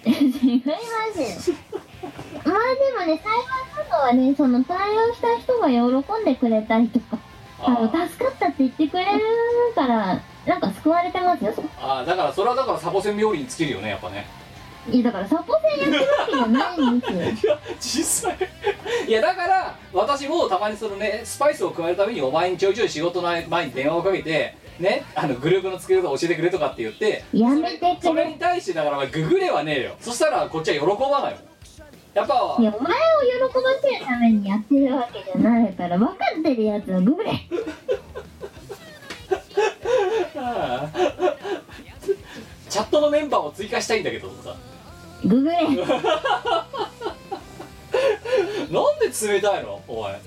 Speaker 4: 違いますよまあでもね幸いなのはねその対応した人が喜んでくれたりとかあ
Speaker 3: あー
Speaker 4: の助かったって言ってくれるからなんか救われてますよそ
Speaker 3: あーだからそれはだからサボ線冥利に尽きるよねやっぱね
Speaker 4: いやだからサポセンやってるわけじゃないんですよ
Speaker 3: 実際いやだから私もたまにそのねスパイスを加えるためにお前にちょいちょい仕事の前に電話をかけてねあのグループの作り方を教えてくれとかって言って
Speaker 4: やめてくれ
Speaker 3: それそれに対してだからお前ググれはねえよそしたらこっちは喜ばないよやっぱ
Speaker 4: いやお前を喜ばせるためにやってるわけじゃないから分かってるやつはググれ
Speaker 3: あーチャットのメンバーを追加したいんだけどさ
Speaker 4: ググれ
Speaker 3: なんで冷たいのお前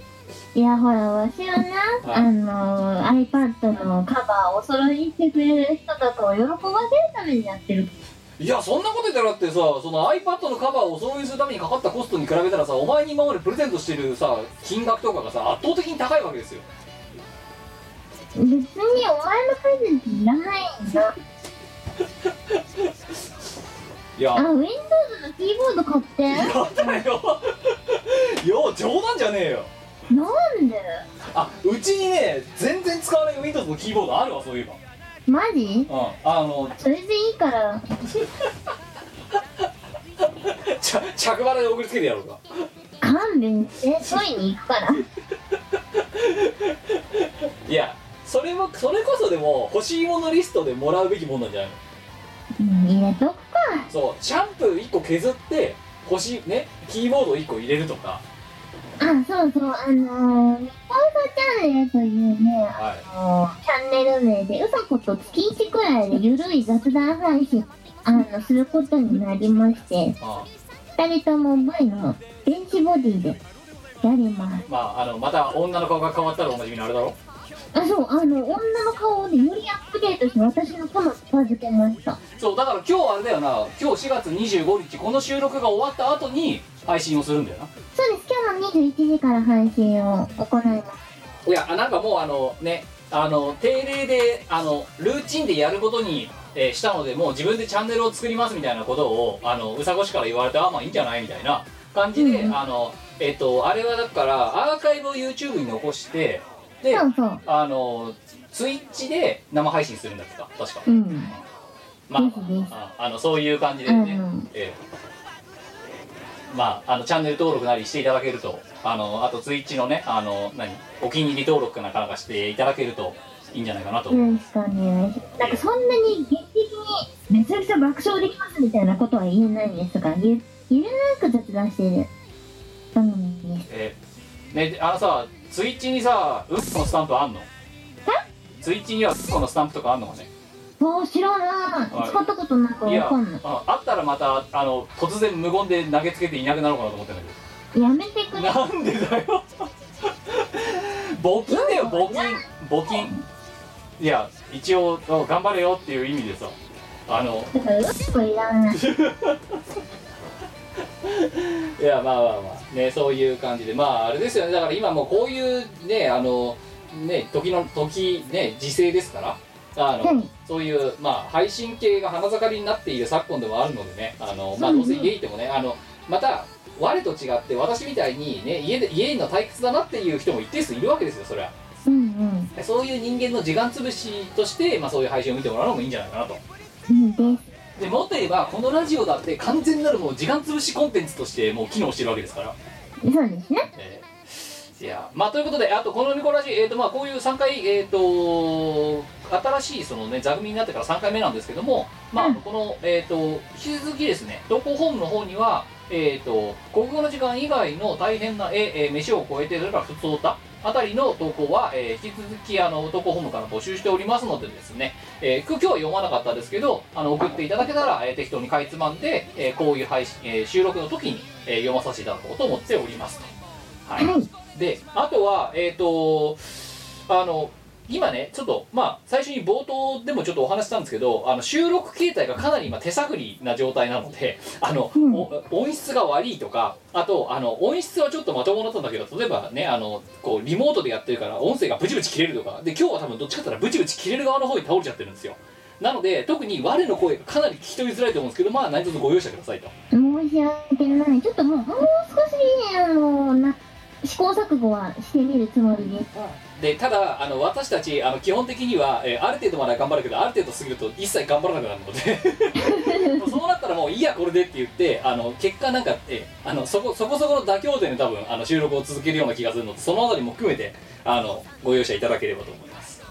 Speaker 4: いやほらわしはな、
Speaker 3: はい
Speaker 4: あの iPad のカバーをお揃いにしてくれる人とかを喜ばせるためにやってる
Speaker 3: いやそんなこと言ったらだってさその iPad のカバーをお揃いにするためにかかったコストに比べたらさお前に今までプレゼントしてるさ金額とかがさ圧倒的に高いわけですよ
Speaker 4: 別にお前のプレゼントいらないんだ
Speaker 3: いや
Speaker 4: あ Windows のキーボード買って
Speaker 3: やだよ よ冗談じゃねえよ
Speaker 4: なんで
Speaker 3: あうちにね全然使わない Windows のキーボードあるわそういえ
Speaker 4: マジ
Speaker 3: ばうんあの
Speaker 4: それでいいから
Speaker 3: ちゃ着払いで送りつけてやろうか
Speaker 4: 勘弁して取りに行くから
Speaker 3: いやそれもそれこそでも欲しいものリストでもらうべきもんなんじゃないの
Speaker 4: うん入れとくか
Speaker 3: そうシャンプー1個削って欲しいねキーボード1個入れるとか
Speaker 4: あそうそうあのー「みこさチャンネル」というね
Speaker 3: はい
Speaker 4: あのーチャンネル名でうさこと月1くらいでゆるい雑談配信あのすることになりまして
Speaker 3: あ
Speaker 4: 2人ともバイの電子ボディでやります
Speaker 3: あまああのまた女の顔が変わったらおなじみのあれだろ
Speaker 4: あそうあの女の顔をねよりアップデートして私の好みに近づけました
Speaker 3: そうだから今日あれだよな今日4月25日この収録が終わった後に配信をするんだよな
Speaker 4: そうです今日の21時から配信を行います
Speaker 3: いやあなんかもうあのねあの定例であのルーチンでやることに、えーしたのでもう自分でチャンネルを作りますみたいなことをあのうさこしから言われてあまあいいんじゃないみたいな感じで、
Speaker 4: うんうん
Speaker 3: あのえっ、とあれはだからアーカイブを YouTube に残してで
Speaker 4: そうそう
Speaker 3: あのツイッチで生配信するんだっけか確か、
Speaker 4: うん
Speaker 3: まあ
Speaker 4: ですです
Speaker 3: ああのそういう感じで
Speaker 4: う
Speaker 3: ね、
Speaker 4: んうん
Speaker 3: ええまああのチャンネル登録なりしていただけるとあのあとツイッチのねあの何お気に入り登録かなんかなんかしていただけるといいんじゃないかなと、
Speaker 4: よろしくお願いしますなんかそんなに劇的にめちゃくちゃ爆笑できますみたいなことは言えないんですがゆゆるーく雑談している番組です
Speaker 3: ええねあのさツイッチにさうんこのスタンプあんのツイッチにはうんこのスタンプとかあんのかね
Speaker 4: ああ知らない
Speaker 3: はい
Speaker 4: 使ったことなんか
Speaker 3: い
Speaker 4: わ
Speaker 3: や
Speaker 4: かんない
Speaker 3: ああったらまたあの突然無言で投げつけていなくなろうかなと思ってんだけど
Speaker 4: やめてくれ
Speaker 3: なんでだよ募金だよ募金募金いや一応あ頑張れよっていう意味でさあの
Speaker 4: だからうっこいらない
Speaker 3: いやまあまあまあねそういう感じでまああれですよねだから今もうこういうねあのね時の時ね時勢ですからあの、
Speaker 4: はい
Speaker 3: そういうまあ配信系が花盛りになっている昨今でもあるのでねあのまあ
Speaker 4: そう
Speaker 3: ど
Speaker 4: ね
Speaker 3: うせ家いてもねあのまた我と違って私みたいにね家で家の退屈だなっていう人も一定数いるわけですよそれは
Speaker 4: うんうん
Speaker 3: そういう人間の時間潰しとして、まあ、そういう配信を見てもらうのもいいんじゃないかなと
Speaker 4: うんです
Speaker 3: でもっと言えばこのラジオだって完全なるもう時間潰しコンテンツとしてもう機能してるわけですから、
Speaker 4: そうですね
Speaker 3: えーいやまあということであとこのミコラジえー、とまあこういう3回えっ、と新しいそのね座組になってから3回目なんですけどもまあ、
Speaker 4: うん
Speaker 3: このえっ、と引き続きですね投稿ホームの方にはえっ、と国語の時間以外の大変なえーえー飯を超えてそれから普通歌あたりの投稿は、えー引き続きあの投稿ホームから募集しておりますのでですね、えー今日は読まなかったですけどあの送っていただけたら、えー適当にかいつまんで、えーこういう配信、えー収録の時に、えー読まさせていただこうと思っておりますと。はい
Speaker 4: はい
Speaker 3: であとはえっ、とあの今ねちょっとまあ最初に冒頭でもちょっとお話ししたんですけどあの収録形態がかなり今手探りな状態なのであの、
Speaker 4: うん
Speaker 3: お音質が悪いとかあとあの音質はちょっとまともだったんだけど例えばねあのこうリモートでやってるから音声がブチブチ切れるとかで今日は多分どっちかって言ったらブチブチ切れる側の方に倒れちゃってるんですよなので特に我の声がかなり聞き取りづらいと思うんですけどまあ何卒ご容赦くださいと
Speaker 4: 申し訳ないちょっともうもう少しねあのな試行錯誤はしてみるつもりです
Speaker 3: でただあの私たちあの基本的には、えーある程度までは頑張るけどある程度過ぎると一切頑張らなくなるので もうそうなったらもういいやこれでって言ってあの結果なんか、えーあのそこそこそこの妥協点で多分あの収録を続けるような気がするのでそのあたりも含めてあのご容赦いただければと思います。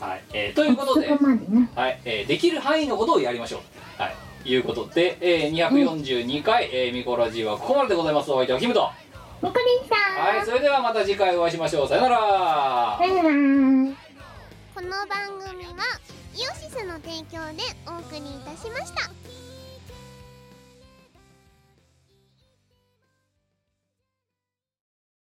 Speaker 3: はいえーということで
Speaker 4: そこまでね
Speaker 3: はいえーできる範囲のことをやりましょう。はいいうことで、えー242回、えーミコラジーはここまででございます。お相手はキムと。は
Speaker 4: わかりました
Speaker 3: い、それではまた次回お会いしましょう。さよなら。
Speaker 4: バイバイ
Speaker 1: この番組はイオシスの提供でお送りいたしました